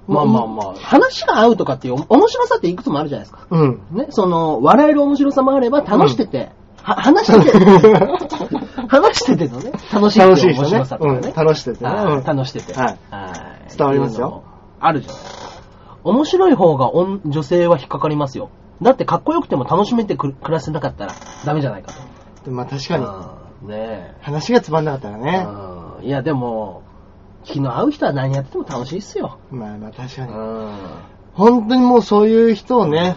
A: まあまあまあ、話が合うとかっていう面白さっていくつもあるじゃないですか。
B: うん。
A: ね、その、笑える面白さもあれば、楽してて、 は話してて、話しててのね、楽しい
B: 楽
A: って
B: し
A: いう
B: い人
A: 面
B: ね
A: 白さ。とか
B: うん、
A: ね。
B: 楽しいですね。
A: あ
B: う
A: ー
B: ん
A: 楽してて。
B: はい
A: はい
B: 伝わりますよ。
A: あるじゃないですか。面白い方が女女性は引っかかりますよ。だってかっこよくても楽しめてくる暮らせなかったらダメじゃないかと。
B: でまあ確かに、
A: うんねえ。
B: 話がつまんなかったらね。
A: うんいや、でも、気の合う人は何やってても楽しいっすよ。
B: まあまあ確
A: う
B: かに。
A: ん。
B: 本当にもうそういう人をね、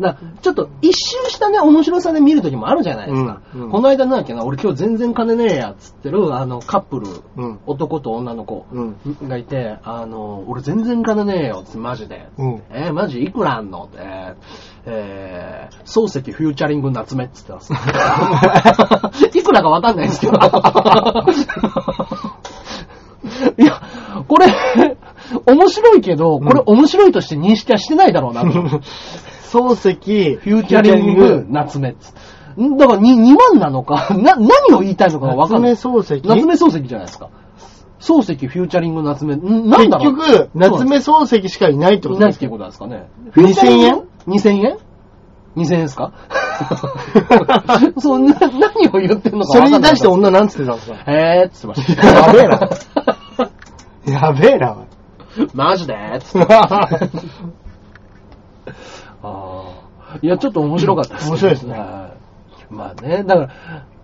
A: だからちょっと一周したね、面白さで見るときもあるじゃないですか。
B: うんうん
A: この間なんだっけな、俺今日全然金ねえやっつってる、あの、カップル、
B: うん
A: 男と女の子
B: うん
A: がいて、あの、俺全然金ねえよっつって、マジで。
B: うん
A: えーマジいくらあんのって、えーえー漱石フューチャリング夏目っつってます。 いくらかわかんないんですけど。 いや、これ、面白いけど、これ面白いとして認識はしてないだろうなと。
B: 漱石、
A: フューチャリン
B: フューチャ
A: グ、夏目っつ。んだからに2万なのか、な、何を言いたいのかがわかんない。
B: 夏目漱石
A: 夏目漱石じゃないですか。漱石フューチャリング夏目、んなん
B: 結
A: だろう
B: 局、夏目漱石しかいないってこ
A: い
B: と
A: ない
B: で
A: っ
B: す
A: てい
B: か
A: うことなんですかね。
B: 2000円
A: ?2000 円 ?2000 円です かそんな、何を言ってんのか
B: それに対して
A: お、
B: 女なんつってたんですか
A: へーっつってました。
B: やべえ な。やべ えな。
A: マ ジで ーっつって。ああ。いや、ちょっと面白かったです、
B: 面白いですね
A: はいまあね、だから、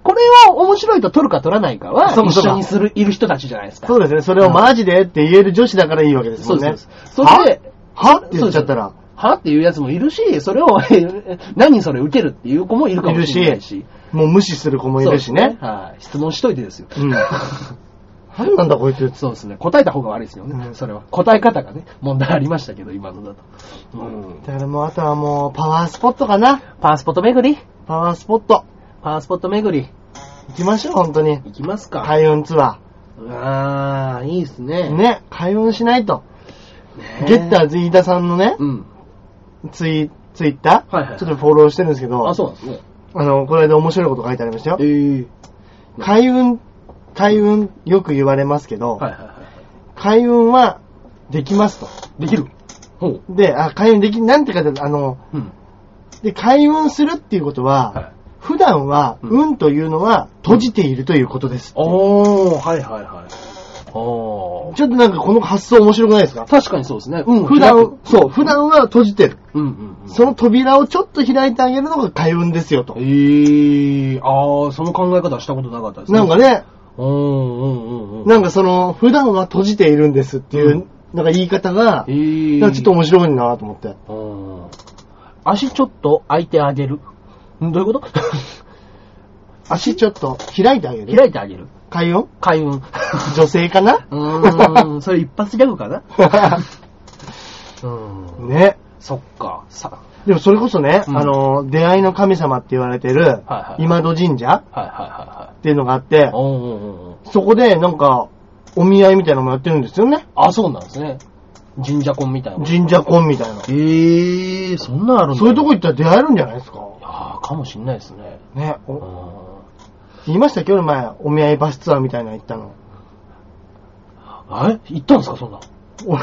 A: これを面白いと取るか取らないかは、
B: そうかそう
A: 一
B: か
A: 緒にする、いる人たちじゃないですか。
B: そうですね。それをマジでって言える女子だからいいわけですもんね。
A: そうですそうですそれで
B: はって言っちゃったら。
A: はっていうやつもいるし、それを、 何それ受けるっていう子もいるかもしれないし。
B: もう無視する子もい
A: そう
B: る
A: で
B: し
A: す
B: ね。
A: はい。質問しといてですよ。
B: うん。何なんだこいつ。
A: そうですね。答えた方が悪いですよね。
B: うん
A: それは。答え方がね、問題ありましたけど、今のだと。うん。
B: だからもうあとはもうパワースポットかな。
A: パワースポット巡り
B: パワースポット。
A: パワースポット巡り。
B: 行きましょう、本当に。
A: 行きますか。い。
B: 開運ツア
A: あー、いいですね。
B: ー。。ね。開運しないと。
A: ね
B: ゲッターズ飯田さんのね、
A: うん。
B: ツイツイッター、
A: はいはいはい
B: ちょっとフォローしてるんですけど、
A: あ、そうなんですね。
B: あの、この間面白いこと書いてありましたよ
A: え。ー。
B: 開運、開運、よく言われますけど、
A: はいはいはい。
B: 開運はできますと。
A: できる。ほう。
B: で、あ、開運でき、なんて書いてある、あの、
A: うん。
B: で、開運するっていうことは、
A: はい。
B: 普段は、
A: うん
B: 運というのは閉じているということです。
A: おー、はいはいはい。おー。
B: ちょっとなんかこの発想面白くないですか
A: 確かにそうですね。うん、
B: 普
A: 開く
B: 段、そう、普段は閉じてる。
A: うんうん、うん。
B: その扉をちょっと開いてあげるのが開運ですよと
A: え。ー、あー、その考え方したことなかったですね。
B: なんかね、
A: うんうんうんうん。
B: なんかその、普段は閉じているんですっていう、
A: うん
B: なんか言い方が
A: え、ー、
B: なんかちょっと面白いなと思って。
A: うん。足ちょっと開いてあげる。んどういう こと
B: 足ちょっと開いてあげる。
A: 開いてあげる。
B: 開運
A: 開運。う
B: 女性かな
A: ーん、それ一発ギャグかな うん。
B: ね。
A: そっか。さ、
B: でもそれこそね、
A: うん
B: あの、出会いの神様って言われてる、
A: はいはい
B: 今戸神社
A: はいは
B: っていうのがあって
A: いはいはい。、うんうんうんうん。
B: そこでなんか、お見合いみたいなのもやってるんですよね。
A: あ、そうなんですね。神社婚みたいな。
B: 神社婚みたいな。
A: ええー、そんなんあるんだ。
B: そういうとこ行ったら出会えるんじゃないですか。
A: ああ、かもしんないですね。
B: ね。
A: う
B: お
A: ん。
B: 言いましたっけ俺前、お見合いバスツアーみたいなの行ったの。
A: え行ったんですか、そんな。
B: 俺、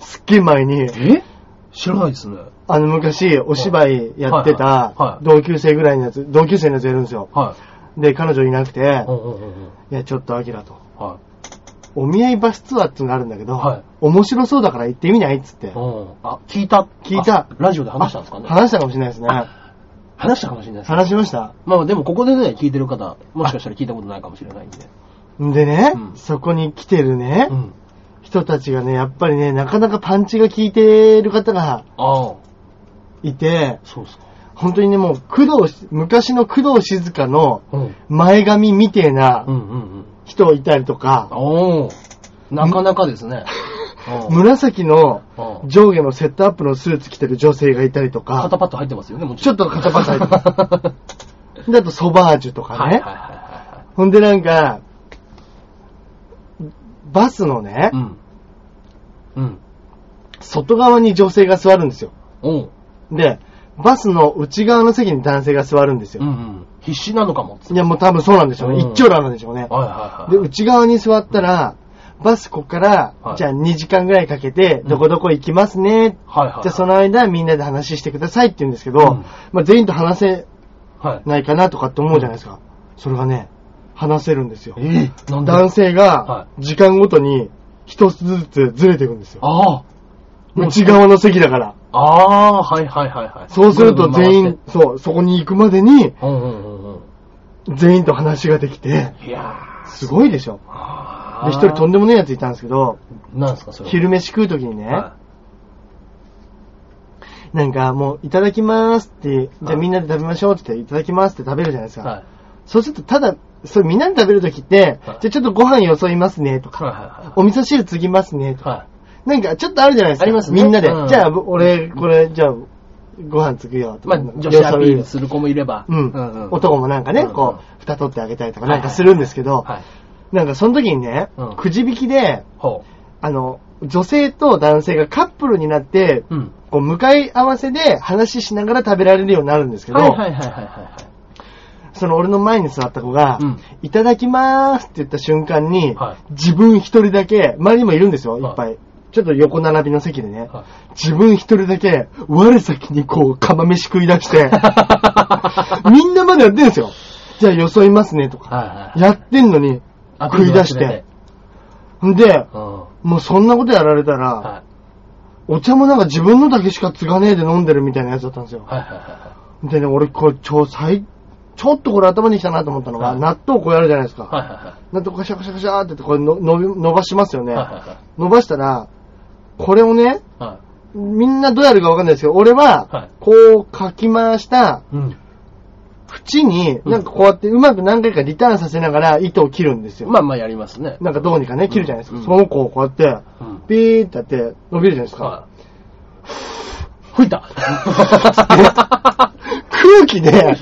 B: すっげえ前に、
A: え知らないですね。
B: あの昔、お芝居やっ
A: はい
B: て
A: はいは
B: た
A: い、
B: 同級生ぐらいのやつ、同級生のやつやるんですよ。
A: は
B: で、彼女いなくて
A: い。う、んうんうんうん。
B: いや、ちょっとアキラと。
A: は
B: お見合いバスツアーっていうのがあるんだけど、
A: はい
B: 面白そうだから行ってみないっつって
A: い。。うん。あ、聞いた
B: 聞いた
A: あラジオで話したんですかね
B: あ話したかもしれないですね。
A: 話したかもしれないですね。
B: 話しました。
A: まあでもここでね、聞いてる方、もしかしたら聞いたことないかもしれないんで。
B: んでね、
A: うん
B: そこに来てるね、
A: うん。
B: 人たちがね、やっぱりね、なかなかパンチが効いてる方が
A: ああ、
B: いて、
A: そうですか。
B: 本当にね、もう、工藤し、昔の工藤静香の
A: うん。
B: 前髪みてえ
A: う
B: なん
A: うんうん。
B: 人いたりとか、
A: おおなかなかですね。うん。
B: 紫の
A: うん
B: 上下のセットアップのスーツ着てる女性がいたりとか、
A: 肩パッド入ってますよね、も
B: ちょっと肩パッド入って
A: ます。
B: であとソバージュとか
A: はいはい
B: ね、
A: はいは
B: ほんでなんか、バスのね
A: い。、うん。うん。
B: 外側に女性が座るんですよ。
A: おう。
B: で、バスの内側の席に男性が座るんです
A: う
B: よ。
A: んうん。必死なのかもっつって。
B: いや、もう多分そうなんでしょうね。
A: うん
B: 一丁羅なんでしょうね。
A: はいはい
B: で、
A: はい。
B: 内側に座ったら、バスこっから、
A: はい
B: じゃあ2時間ぐらいかけて、
A: うん
B: どこどこ行きますね。
A: はいはい。
B: じゃあその間みんなで話してくださいって言うんですけど、
A: うん
B: まあ全員と話せ
A: はい。
B: ないかなとかって思うじゃないですか。それがね、話せるんですよ。
A: ええなんで
B: 男性
A: は
B: が、時間ごとに一つずつずれていくんですよ。
A: ああ。
B: 内側の席だから。
A: ああ、はいはいはいはい。
B: そうすると全
A: ぐる
B: 員、そう、そこに行くまでに、
A: ぐる回って。うんうんうんう
B: 全員と話ができて、
A: ん。いや
B: すごいでしょ。
A: ー。
B: で、一人と
A: で
B: んでもねえやついたんですけど、
A: なんですか、それは。
B: 昼飯食うときにね、
A: は
B: なんかもう、いただきますって、じ
A: は
B: ゃあ
A: い
B: みんなで食べましょうって言って、いただきますって食べるじゃないです
A: い。
B: か。
A: はい。
B: そうすると、ただ、そうみんなで食べるときって、
A: はい
B: じゃあちょっとご飯よそいますねとか、
A: はいは
B: お味噌汁つぎますねと
A: い
B: か、
A: はい。
B: なんかちょっとあるじゃないですか。
A: ありますね
B: みんなで。
A: うん
B: じゃあ、俺、これ、じゃあ、ご飯つくよと
A: ま
B: か。
A: あ、女子アピールする子もいれば。
B: うん。男もなんかね、こう、蓋取ってあげたりとかなんかするんですけど、
A: はい。
B: なんかその時にね、
A: うん
B: くじ引きで、
A: ほ
B: あの、女性と男性がカップルになって、
A: う。うん。
B: こう、向かい合わせで話ししながら食べられるようになるんですけど、
A: はいはいはいはいはいはい。
B: その俺の前に座った子が、
A: うん
B: いただきまーすって言った瞬間に、
A: はい
B: 自分一人だけ、周りにもいるんですよ、い
A: はい
B: っぱい。ちょっと横並びの席でね、
A: は
B: 自分一人だけ、我先にこう、釜飯食い 出して、みんなまでやってるんですよ。じゃあ、よそいますね、とか。
A: はいはい。
B: やってんのに、食い出して。んで、
A: うん。は
B: もうそんなことやられたら、
A: い。はい
B: お茶もなんか自分のだけしか継がねえで飲んでるみたいなやつだったんですよ。
A: はいは
B: でね、俺、これ、超最、ちょっとこれ頭にきたなと思ったの
A: は
B: が、
A: い
B: 納豆こうやるじゃないですか。
A: いはい。はいは
B: 納豆カシャカシャカシャーってやってこれの伸び伸ばしますよ
A: い
B: ね。
A: はい。はいは
B: 伸ばしたら、これをね、
A: いは
B: みんなどうやるかわかんないですけど、俺
A: は、
B: はいこうかき回した
A: い。うん。
B: 縁に、なんかこうやってうまく何回かリターンさせながら糸を切るんですよ。
A: まあまあやりますね。
B: なんかどうにかね、切るじゃないですか。
A: うん
B: その子をこうやって、
A: うん。
B: ピーってやって伸びるじゃないですか。
A: はい。吹いた
B: 空気 で、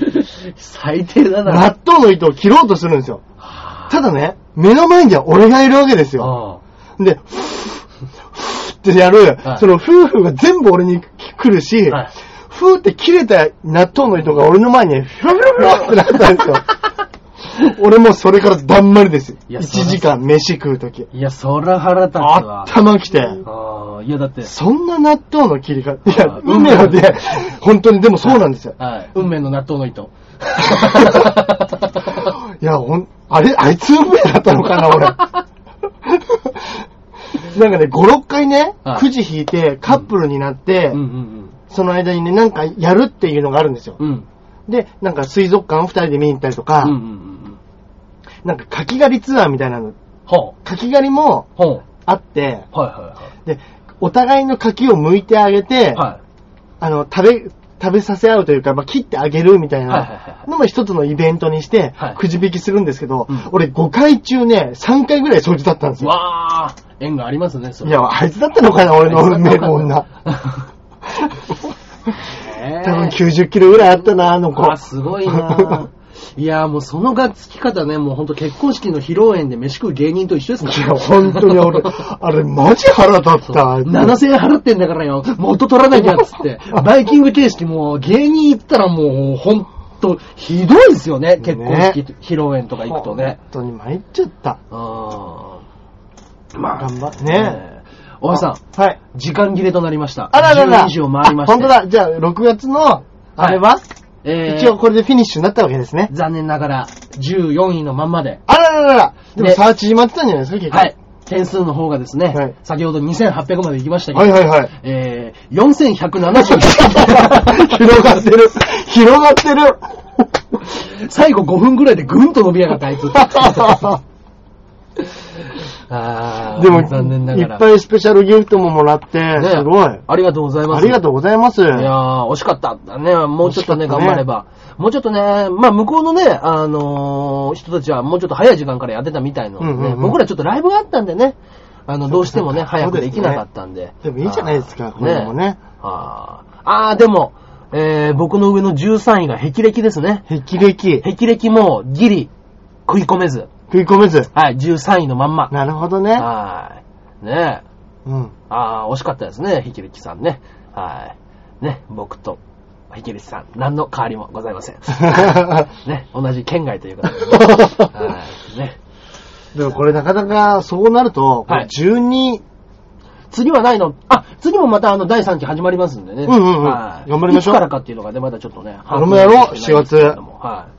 A: 最低だな。
B: 納豆の糸を切ろうとするんですよ。
A: は
B: ただね、目の前には俺がいるわけです
A: ぁ
B: よ。
A: うん
B: で、ふーってやる、
A: はい
B: その夫婦が全部俺に来るし、
A: はい
B: ふーって切れた納豆の糸が俺の前にフラフラフラってなったんですよ。 俺もそれからだんまりですよ。
A: いや
B: 1時間飯食うとき。
A: いや、そら腹立つわ。
B: 頭きて。
A: ああ、いやだって、
B: そんな納豆の切り方。いや
A: あ、
B: 運命ので、本当にでもそうなんで すよ。
A: はい。運命の納豆の 糸。
B: いや、ほん、あれ、あいつ運命だったのか な、俺。なんかね、5、6回ね、
A: はい
B: くじ引いて、カップルになって、
A: うんうん
B: その間にね、なんかやるっていうのがあるんですよ
A: うん。。うん。
B: で、なんか水族館を2人で見に行ったりとか、
A: うんうんうんうん。
B: なんかかき狩りツアーみたいなの、
A: ほう。
B: かき狩りも
A: ほう。
B: あって、
A: はいは
B: で、お互いの柿を剥いてあげて、
A: いはい。は
B: あの、食べ、食べさせ合うというか、まあ、切ってあげるみたい
A: はいはい
B: な
A: はい
B: のも一つのイベントにして
A: はい、
B: くじ引きするんですけど、
A: うん
B: 俺5回中ね、3回ぐらい掃除だったんです
A: い。
B: よ。
A: わあ、縁がありますね、そ
B: い
A: れ。
B: や、あいつだったのかな、俺の運命の 女。
A: ねえ
B: 多分90キロぐらいあったな、あの子。
A: あ、すごい ないや、もうそのがっつき方ね、もうほんと結婚式の披露宴で飯食う芸人と一緒ですから
B: いや、本当に 俺、あれ、マジ腹立った。あいつ
A: 7000円払ってんだからよ、元取らなきゃっつ って、バイキング形式もう芸人行ったらもうほんとひどいですよね、結婚式、披露宴とか行くとね。
B: 本当に参っちゃった。
A: うん。ま
B: 頑張ってね。
A: えおばさん、
B: はい。
A: 時間切れとなりました。
B: あららら。
A: 12時を回りました。
B: あ本当。だ。じゃあ、6月の、あれは、
A: えー、
B: 一応これでフィニッシュになったわけですね。
A: 残念ながら14位のまんまで、
B: あらららら。でも
A: で
B: 差は縮まってたんじゃないですか、結構。
A: はい。点数の方がですね、
B: はい
A: 先ほど2800まで行きましたけど、
B: はいは いはい。
A: えー、4170
B: 広がってる。広がってる。
A: 最後5分ぐらいでぐんと伸びやがった、あ いつ。あー
B: でも、
A: 残念ないがら。
B: っぱいスペシャルギフトももらって、
A: ね
B: すごい。
A: ありがとうございます。
B: ありがとうございます。
A: いやー、惜しかった。ね、もうちょっとね、
B: 惜しか
A: 頑
B: ったね
A: 張れば。もうちょっとね、まあ、向こうのね、あのー人たちはもうちょっと早い時間からやってたみたいので、
B: うんうんうん
A: 僕らちょっとライブがあったんでね、あの、どうしてもね、
B: そうか
A: 早くできなかったんで。
B: でもいいじゃないですか、
A: あー
B: これも。ね。
A: あーあー、でも、えー、僕の上の13位が霹靂ですね。
B: 霹靂、
A: 霹靂もギリ食い込めず、
B: 食い込めず。
A: はい、13位のまんま。
B: なるほどね。
A: はい。ねえ。
B: うん。
A: ああ、惜しかったですね、ひきりきさんね。はい。ね、僕と、ひきりきさん、何の変わりもございません。ね、同じ県外ということで、ね。はい。ね。
B: でもこれなかなかそうなると、これ
A: はい
B: 12、
A: 次はないのあ、次もまたあの、第3期始まりますんでね。
B: うんうんうん
A: はい。
B: 頑張りましょう
A: いつからかっていうのがね、まだちょっとね。
B: 俺もやろう
A: 把握できてないんですけれどもは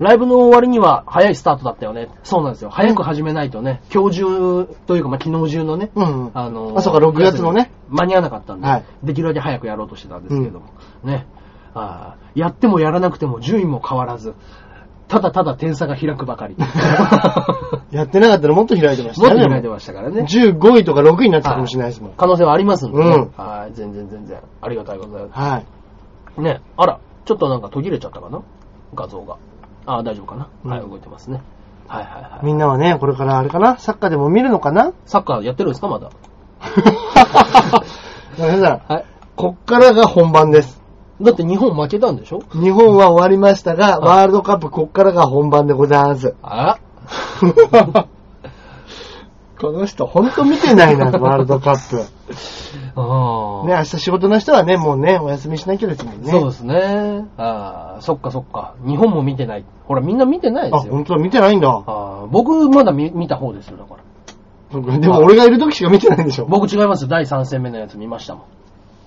A: い。ライブの終わりには早いスタートだったよね。そうなんですよ。早く始めないとね、今日中というか、まあ、昨日中のね、
B: うん、うん。
A: あの
B: あそうか6月のね。
A: 間に合わなかったんで、
B: はい
A: できるだけ早くやろうとしてたんですけれども、ね。あーやってもやらなくても順位も変わらず、ただただ点差が開くば かり。もっ
B: やってなかったらもっと開いてました
A: と
B: ね。
A: 開いてましたからね。
B: 15位とか6位になってたかもしれないですもん。
A: 可能性はありますんで、ね
B: うん
A: はい、全然全然。ありがたいございま
B: はい。
A: す。ね、あら、ちょっとなんか途切れちゃったかな画像が。あー大丈夫かな、
B: うん
A: はい、動いてますね。はいはいはい。
B: みんなはね、これからあれかなサッカーでも見るのかな
A: サッカーやってるんですかまだ。
B: 中井さん
A: はい。
B: こっからが本番です。
A: だって日本負けたんでしょ
B: 日本は終わりましたが、
A: はい
B: ワール ドカップこっからが本番でございます。
A: あら
B: この人ほんと見てないな、ワールドカップ。ね、
A: ああ。
B: 明日仕事の人はね、もうね、お休みしなきゃですもんね。
A: そうですね。ああ、そっかそっか。日本も見てない。ほら、みんな見てないで
B: あ、
A: すよ。
B: 本当だ、見てないんだ。
A: ああ僕、まだ見見た方ですよ、だから。
B: そっかでも俺がいる時しか見てないんでしょ。
A: 僕違いますよ。第3戦目のやつ見ましたも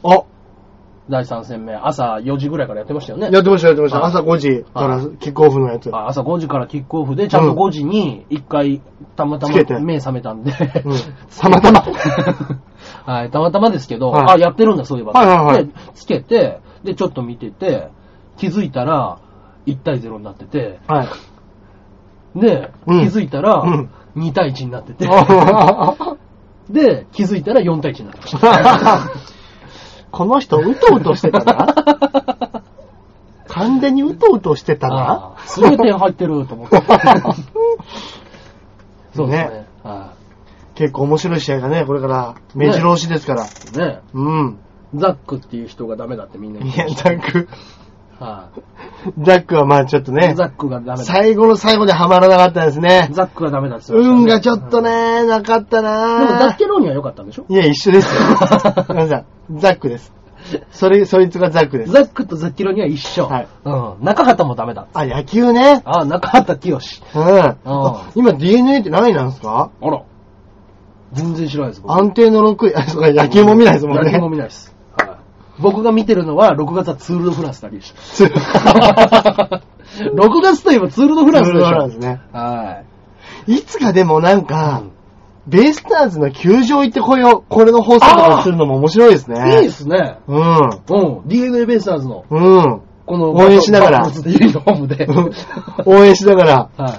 A: ん。
B: あ、
A: 第3戦目、朝4時ぐらいからやってましたよね。
B: やってました、やってました。
A: あ
B: 朝5時か
A: あ
B: らキックオフのやつ。
A: あ朝5時からキックオフで、ちゃんと
B: うん
A: 5時に1回、たまた
B: つけて
A: ま目覚めたんで、
B: うん。たまたま。
A: はい、たまたまですけど、
B: はい
A: あ、やってるんだ、そういえば。
B: はいはいはい
A: で、つけて、で、ちょっと見てて、気づいたら、1対0になってて、
B: はい。
A: で、
B: うん
A: 気づいたら
B: うん、
A: 2対1になってて、
B: こ
A: で、気づいたら4対1になってま した。
B: の人、うとうとしてたな。完全にうとうとしてたな。
A: あーすごい点入ってると思 って。そうですね。は
B: 結構面白い試合がね、これから、目白押しですから。
A: いね
B: うん。
A: ザックっていう人がダメだってみんな言っ
B: い
A: て
B: や、
A: まし
B: ザック、
A: た。はい
B: ザックはまあちょっとね
A: ザ、ックがダメだ。
B: 最後の最後でハマらなかったですね。
A: ザックがダメだって言ってましたね
B: 運がちょっと。ね、なかった
A: うんでも、ダッ
B: な
A: ケローニは良かったんでしょ
B: いや、一緒で すよ。皆さん、ザックです。それ、そいつがザックです。
A: ザックとザッケローニは一緒。
B: はい
A: うん。中畑もダメだ。
B: あ、野球ね。
A: あ、中畑清。
B: うん。あ今 DNA って何位なんですか
A: あら。全然知らないです、僕
B: 安定の6位。あ、そうか、野球も見ないですもんね。
A: 野球 も見ないです。はい僕が見てるのは、6月はツールドフランスだけで した。6月といえばツールドフランスでし
B: そうなん
A: ょ
B: です。ね。
A: はい。
B: いつかでもなんか、
A: うん
B: ベイスターズの球場行ってこれを、これの放送とかするのも面白いですね。
A: いいですね。
B: う
A: う
B: ん。
A: ん。DNA ベイスターズの、
B: うん。
A: この、
B: 応援しながら
A: バットユニフォームで。
B: 応援しながら、
A: は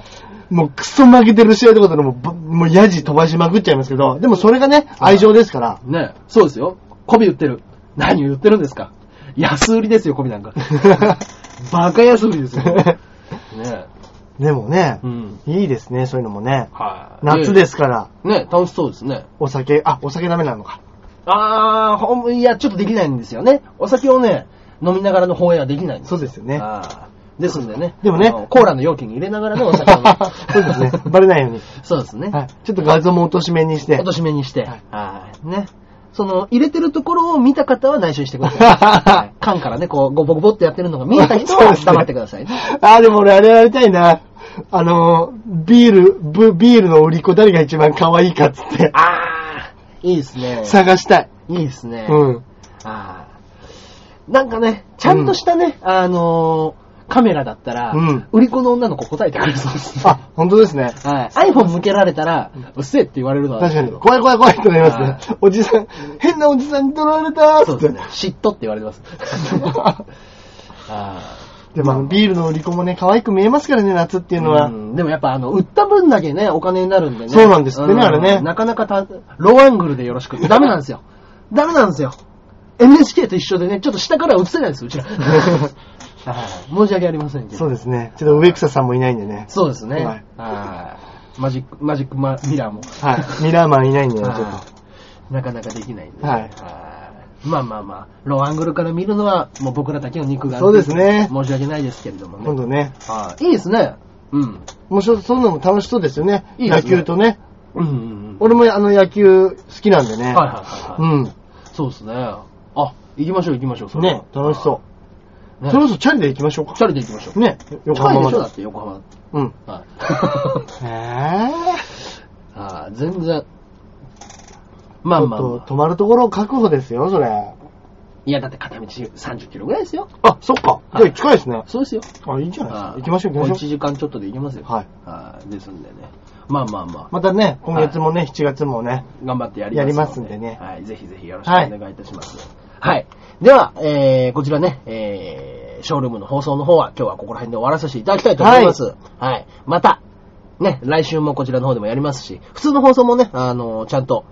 A: い。
B: もうクソ負けてる試合とかだともうぶ、もうヤジ飛ばしまくっちゃいますけど、でもそれがね、愛情ですから。
A: ねえそうですよ。媚び売ってる。何を言ってるんですか安売りですよ、媚び なんか。バカ安売りですよ。ねえ
B: でもね
A: う、ん。
B: いいですね、そういうのもね。
A: はい。
B: 夏ですから、
A: ねえ。ねえ楽しそうですね。
B: お酒、あ、お酒ダメなのか。
A: あー、ほん、いや、ちょっとできないんですよね。お酒をね、飲みながらの放映はできないんです
B: そうですよね。
A: あーですんでね。
B: でもね
A: あのコーラの容器に入れながらね、お酒を飲
B: そうですね。バレないように。
A: そうですね。
B: はい。ちょっと画像も落とし目にして。
A: おとしめにして。
B: はい
A: はい。ね。その、入れてるところを見た方は内緒にしてくだ さい。はい缶からね、こう、ゴボゴボってやってるのが見えた人は黙ってくださいね。
B: あー、でも俺あれやりたいな。あのー、ビール、ブビールの売り子誰が一番可愛いかっつって、
A: あー、いいですね。
B: 探したい。
A: いいですね。
B: うん。
A: あーなんかね、ちゃんとしたね、あのー、カメラだったら、
B: うん
A: 売り子の女の子答えてくれそうですね。
B: あ、本当ですね。
A: はい。iPhone 向けられたら、うっせえって言われるのは
B: 確かに。怖い怖い怖いってなりますね。おじさん、変なおじさんに取られたーっ
A: そ
B: つ
A: う
B: っ
A: で
B: て。
A: すね。嫉妬って言われてます。あ
B: でもあの、ビールの売り子もね、可愛く見えますからね、夏っていうの
A: ー
B: は
A: う。んでもやっぱあの、売った分だけね、お金になるんでね。
B: そうなんですってね
A: う
B: あれね
A: なかなかた、ローアングルでよろしく。ダメなんです よ。ダメなんですよ。NHK と一緒でね、ちょっと下からは映せないです、 うちら。はい申し訳ありませんけど。
B: そうですね。ちょっと植草さんもいないんでね。
A: そうですね。
B: は
A: はい
B: い。
A: マジック、マジックマミラーも。
B: はい。ミラーマンいないんでね、ちょっ
A: はいなかなかできないんで。
B: はい
A: いまあまあまあ、ローアングルから見るのは、もう僕らだけの肉がある
B: そうですね
A: 申し訳ないですけれども
B: と。今
A: ね。
B: 度ね。
A: はい。いいですね。うん。
B: 面白そうなのも楽しそうですよね。
A: いいで
B: 野
A: すね
B: 球とね。
A: うんうんうん。
B: 俺もあの野球好きなんでね。
A: はいはいはい。
B: う
A: はい
B: ん。
A: そうですね。あ、行きましょう行きましょう。それは
B: ね、楽しそ
A: あね
B: う。それこそチャリで行きましょう
A: 二
B: か。
A: 人で行きましょう。
B: ね、横
A: 近いで
B: 浜ま
A: し
B: で
A: ょ、だ。って横浜。
B: うん。
A: はい。
B: へぇ
A: あー全然。まあ
B: ー。
A: まあ
B: ち
A: ま
B: ょっ
A: あ。
B: と、泊まるところを確保ですよ、それ。あ、
A: いや、だって片道30キロぐらいですよ。
B: そっか。
A: はい
B: で、近いですね。
A: そうですよ。
B: あ、いいんじゃないですか
A: は。い
B: 行きましょう、行き
A: も
B: ま
A: う
B: しょ
A: 1時間ちょっとで行きますよ。
B: はい
A: い。ですんでね。まあまあま
B: う。またね、今月もね、7月もね。
A: あ、頑張ってやりますので。
B: やりますんでね
A: はい。ぜひぜひよろしくお願いいたします。はい。では、えー、こちらね、えー、ショールームの放送の方は今日はここら辺で終わらさせていただきたいと思います。はい。また、ね、来週もこちらの方でもやりますし、普通の放送もね、あの、ちゃんと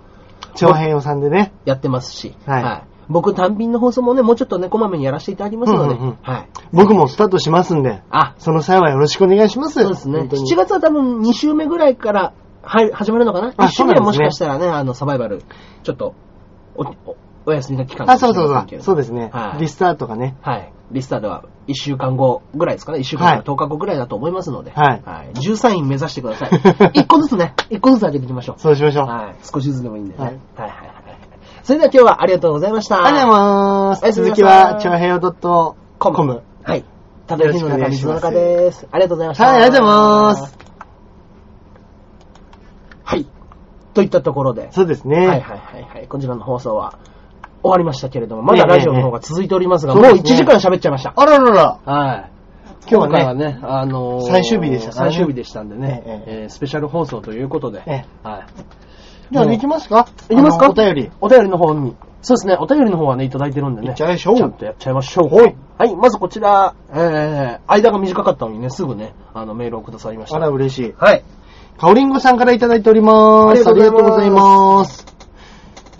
B: 長編予算でね。
A: やってますし、
B: はい
A: 僕単品の放送もね、もうちょっとね、こまめにやらせていただきますので、
B: うんうんうん
A: はい。
B: 僕もスタートしますんで。
A: あ、
B: その際はよろしくお願いします。
A: そうですね。
B: 本当に
A: 7月は多分2週目ぐらいからはい始まるのかな
B: あ
A: ?1 週目はもし
B: そう
A: か
B: なんで
A: し
B: す
A: たらね、あの、サバイバル、ちょっとお、お、お休みの期間
B: あ、そうそ
A: かも
B: う
A: しれません
B: そ
A: け
B: う。
A: ど
B: そうですね
A: は。い
B: リスタートがね。
A: はい。リスターでは1週間後ぐらいですかね。1週間から10日後ぐらいだと思いますので。
B: はい
A: 13位目指してください。1個ず つね。1個ずつ上げていきましょう。
B: そうしましょう。
A: はい。少しずつでもいいんでね。はいはいはいはい。それでは今日はありがとうございました。
B: ありがとうございま
A: おや
B: す。
A: すみ
B: 続
A: なさ
B: き
A: い
B: は、ちょうへいドット
A: コム
B: コム。
A: はい。たどり着の中、水の中です。ありがとうございました。
B: はい、ありがとうございます。。
A: はい。といったところで、
B: そうですね。
A: はいはいはいはい。こちらの放送は終わりましたけれども、まだラジオの方が続いておりますが、
B: ねえねえ
A: もう1時間喋っちゃいました。
B: あららら。
A: はい。
B: 今日はね
A: 今回ね、あのー
B: 最終日でしたからね
A: 最終日でしたんでね、
B: ええ
A: えースペシャル放送ということで、
B: え
A: はい。
B: じゃあ、行きますか
A: いきますか
B: あのお便り。
A: お便りの方に。そうですね、お便りの方はね、いただいてるんでね。
B: いっちゃいましょう
A: ちゃんとやっちゃいましょう。
B: はい。
A: はい、まずこちら、えー、間が短かったのにね、すぐね、あの、メールをくださいました。
B: あら、嬉しい。
A: はい。
B: かおりんごさんからいただいております。。
A: ありがとうございます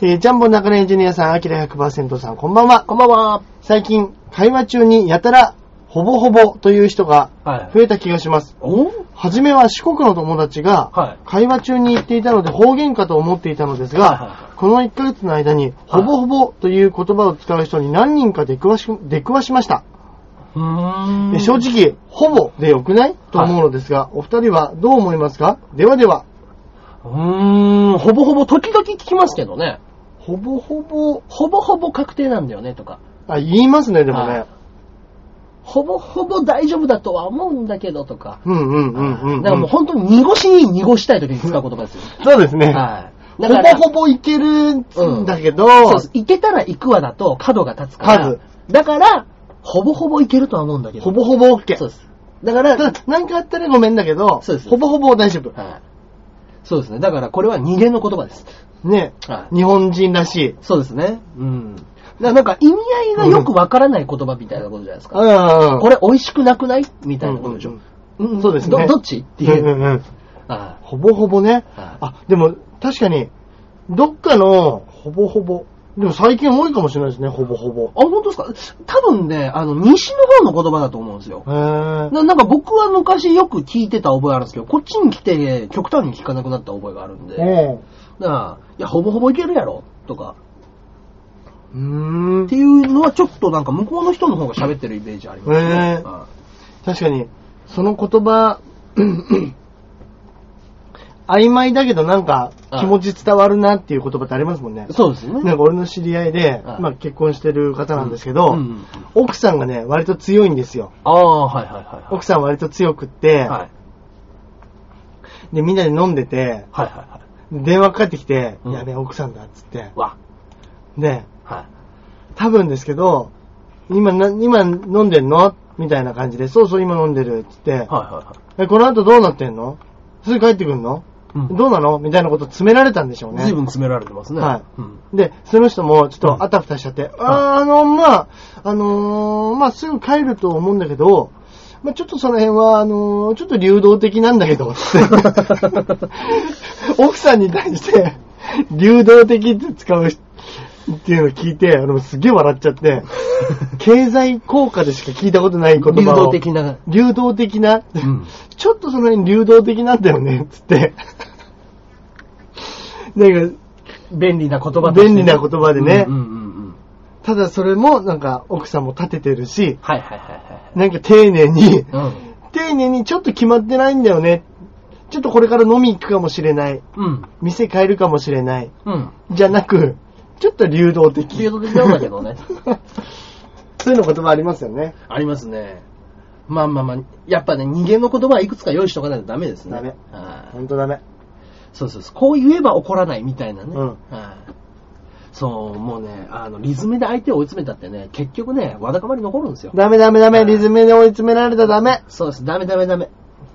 B: えー、ジャンボ中根エンジニアさん、あきら100%さん、こんばんは。
A: こんばんは。
B: 最近、会話中にやたら、ほぼほぼという人が
A: はい。
B: 増えた気がします。
A: お
B: はじめは四国の友達が、
A: はい。
B: 会話中に言っていたので方言かと思っていたのです
A: はいはいは
B: が、この1ヶ月の間に、ほぼほぼという言葉を使う人に何人か出くわし、出くわしました。
A: うー
B: で正。直、ほぼでよくないと思うのですが、お二人はどう思いますかではでは、
A: うーん、ほぼほぼ時々聞きますけどね。
B: ほぼほぼ、
A: ほぼほぼ確定なんだよね、とか。
B: あ、言いますね、でも
A: は
B: ね
A: い。ほぼほぼ大丈夫だとは思うんだけど、とか。
B: うんうんうんうんうん。
A: だからもう本当に濁しに濁したい時に使う言葉ですよ。
B: そうですね。
A: はい。
B: ほ
A: だから、
B: ぼほぼいけるんだけど、
A: そうです。行けたら行くわだと角が立つから。
B: 角
A: だから、ほぼほぼ行けるとは思うんだけど。
B: ほぼほぼ OK。
A: そうです。だから、
B: ただ、なんかあったらごめんだけど、
A: そうです
B: ほぼほぼ大丈夫。
A: はい。そうですね。だからこれは人間の言葉です。
B: ね、
A: はい。
B: 日本人らしい。
A: そうですね。うん。だからなんか意味合いがよくわからない言葉みたいなことじゃないですか。
B: うん。
A: これ美味しくなくないみたいなことでしょ。
B: うんうんそうですね
A: ど、どっちっていう。
B: うんうんうん
A: は
B: ほぼほぼね。
A: はい
B: あ、でも、確かに、どっかの、ほぼほぼ。でも最近多いかもしれないですね、ほぼほぼ
A: い。。あ、本当ですか多分ね、あの、西の方の言葉だと思うんですよ。
B: へー
A: ななんか僕は昔よく聞いてた覚えあるんですけど、こっちに来て極端に聞かなくなった覚えがあるんで、
B: お
A: なあ、いや、ほぼほぼいけるやろ、とか、
B: うーん
A: って。いうのはちょっとなんか向こうの人の方が喋ってるイメージありますね。
B: へえ
A: は
B: 確かに、その 言葉、曖昧だけどなんか
A: はい
B: 気持ち伝わるなっていう言葉ってありますもんね
A: い。そうですね。
B: なんか俺の知り合いで、
A: はい
B: まあ結婚してる方なんですけ
A: う
B: ど
A: んうんうん、
B: 奥さんがね、割と強いんですよ。
A: ああ、はいはいはいは
B: 奥さん割と強くって
A: い。、はい。
B: で、みんなで飲んでて、
A: はいはいは
B: 電話かかってきて、
A: うん
B: やべえ、奥さんだっつって
A: い。。わ。
B: で、
A: は
B: 多分ですけど、今な、今飲んでんのみたいな感じで、そうそう今飲んでるっつっ
A: い。
B: て、
A: はいはいはい。
B: え、この後どうなってんのすぐ帰ってくんの、
A: うん
B: どうなのみたいなこと詰められたんでしょうね
A: 随。分詰められてますね。
B: はい
A: うん。
B: で、その人もちょっ
A: うん
B: とあたふたしちゃって、あーあの、まあ、あのーまあ、すぐ帰ると思うんだけど、まあ、ちょっとその辺は、あのーちょっと流動的なんだけど、 つって奥さんに対して、流動的って使うっていうのを聞いて、あの、すげえ笑っちゃ って、経済効果でしか聞いたことない言葉を。
A: 流動的な。
B: 流動的な、
A: ん
B: ちょっとその辺流動的なんだよね、つって。なんか、
A: 便利な言葉としてね
B: 便利な言葉でね
A: うんうんうんうん。
B: ただそれもなんか奥さんも立ててるし、
A: はいはいは
B: なんか丁寧に、
A: いはい。うん。
B: 丁寧にちょっと決まってないんだよね。ちょっとこれから飲み行くかもしれない。
A: うん。
B: 店変えるかもしれない。
A: うん。
B: じゃなく、ちょっと流動的。
A: 流動的なんだけどね。
B: そういうの言葉ありますよね。
A: ありますね。まあまあまあ、やっぱね、人間の言葉はいくつか用意しとかないとダメですね。
B: ダメ
A: はい
B: ほんとダメ。
A: そうそうそう。こう言えば怒らないみたいなね。
B: うん
A: はいそう、もうね、あの、リズムで相手を追い詰めたってね、結局ね、わだかまり残るんですよ。
B: ダメダメダメ、リズムで追い詰められたらダメ。
A: そうです。ダメダメダメ。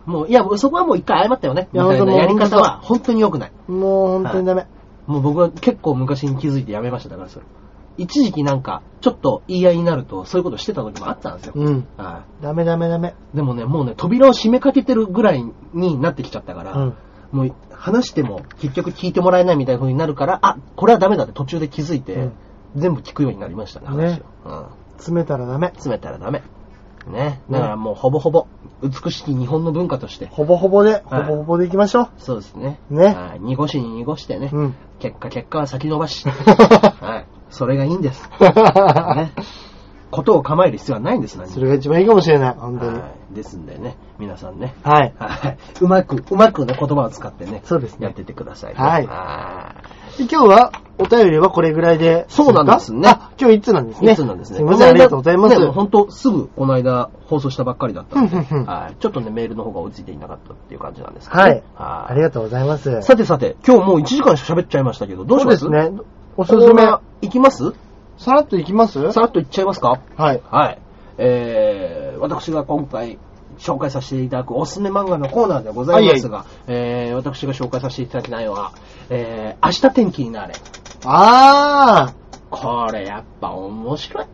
A: もう、いや、そこはもう一回謝ったよね。み
B: いや
A: たいなやり
B: 本当
A: 方
B: もう
A: は本当に良くない。
B: もう本当にダメ。
A: もう僕は結構昔に気づいてやめましただからそれ。一時期なんか、ちょっと言い合いになると、そういうことしてた時もあったんですよ。
B: うん。
A: はい。
B: ダメダメダメ。
A: でもね、もうね、扉を閉めかけてるぐらいになってきちゃったから、
B: うん
A: もう話しても結局聞いてもらえないみたいな風になるから、あ、これはダメだって途中で気づいて、
B: うん
A: 全部聞くようになりましたね、話
B: ね
A: を。うん。
B: 詰めたらダメ。
A: 詰めたらダメ。ね。だからもうほぼほぼ、美しき日本の文化として、
B: ほぼほぼで、ほぼほぼでいきましょう。
A: そうですね。
B: ね
A: はい濁しに濁してね。
B: うん
A: 結果、結果は先延ばし。はい。それがいいんです。ね。ことを構える必要はないんです、何も
B: それが一番いいかもしれない、本当に。
A: はい。ですんでね、皆さんね。
B: はい。
A: はい。うまく、うまくね、言葉を使ってね。
B: そうですね
A: やってってくださいね、
B: はい
A: は
B: で今日は、お便りはこれぐらいで。
A: そうなんですね
B: あ、今日一通なんです
A: い。
B: ね。
A: いつなんですね。
B: すいません、ありがとうございます。
A: ね、本当すぐ、この間、放送したばっかりだったんで。
B: ふんふんふん
A: はい。ちょっとね、メールの方が追いついていなかったっていう感じなんですけど、
B: は
A: ね。
B: い。ありがとうございます。
A: さてさて、今日もう1時間しか喋っちゃいましたけど、どうし
B: そう
A: ま
B: ですす。ね。お
A: お
B: す
A: す
B: す
A: す
B: め
A: め。、いきます
B: さらっといきますは
A: さらっといっちゃいますか
B: い。
A: はい。えー、私が今回紹介させていただくおすすめ漫画のコーナーでございますが、えー、私が紹介させていただきたいのは、えー、明日天気になれ。
B: あ
A: これやっぱ面白い。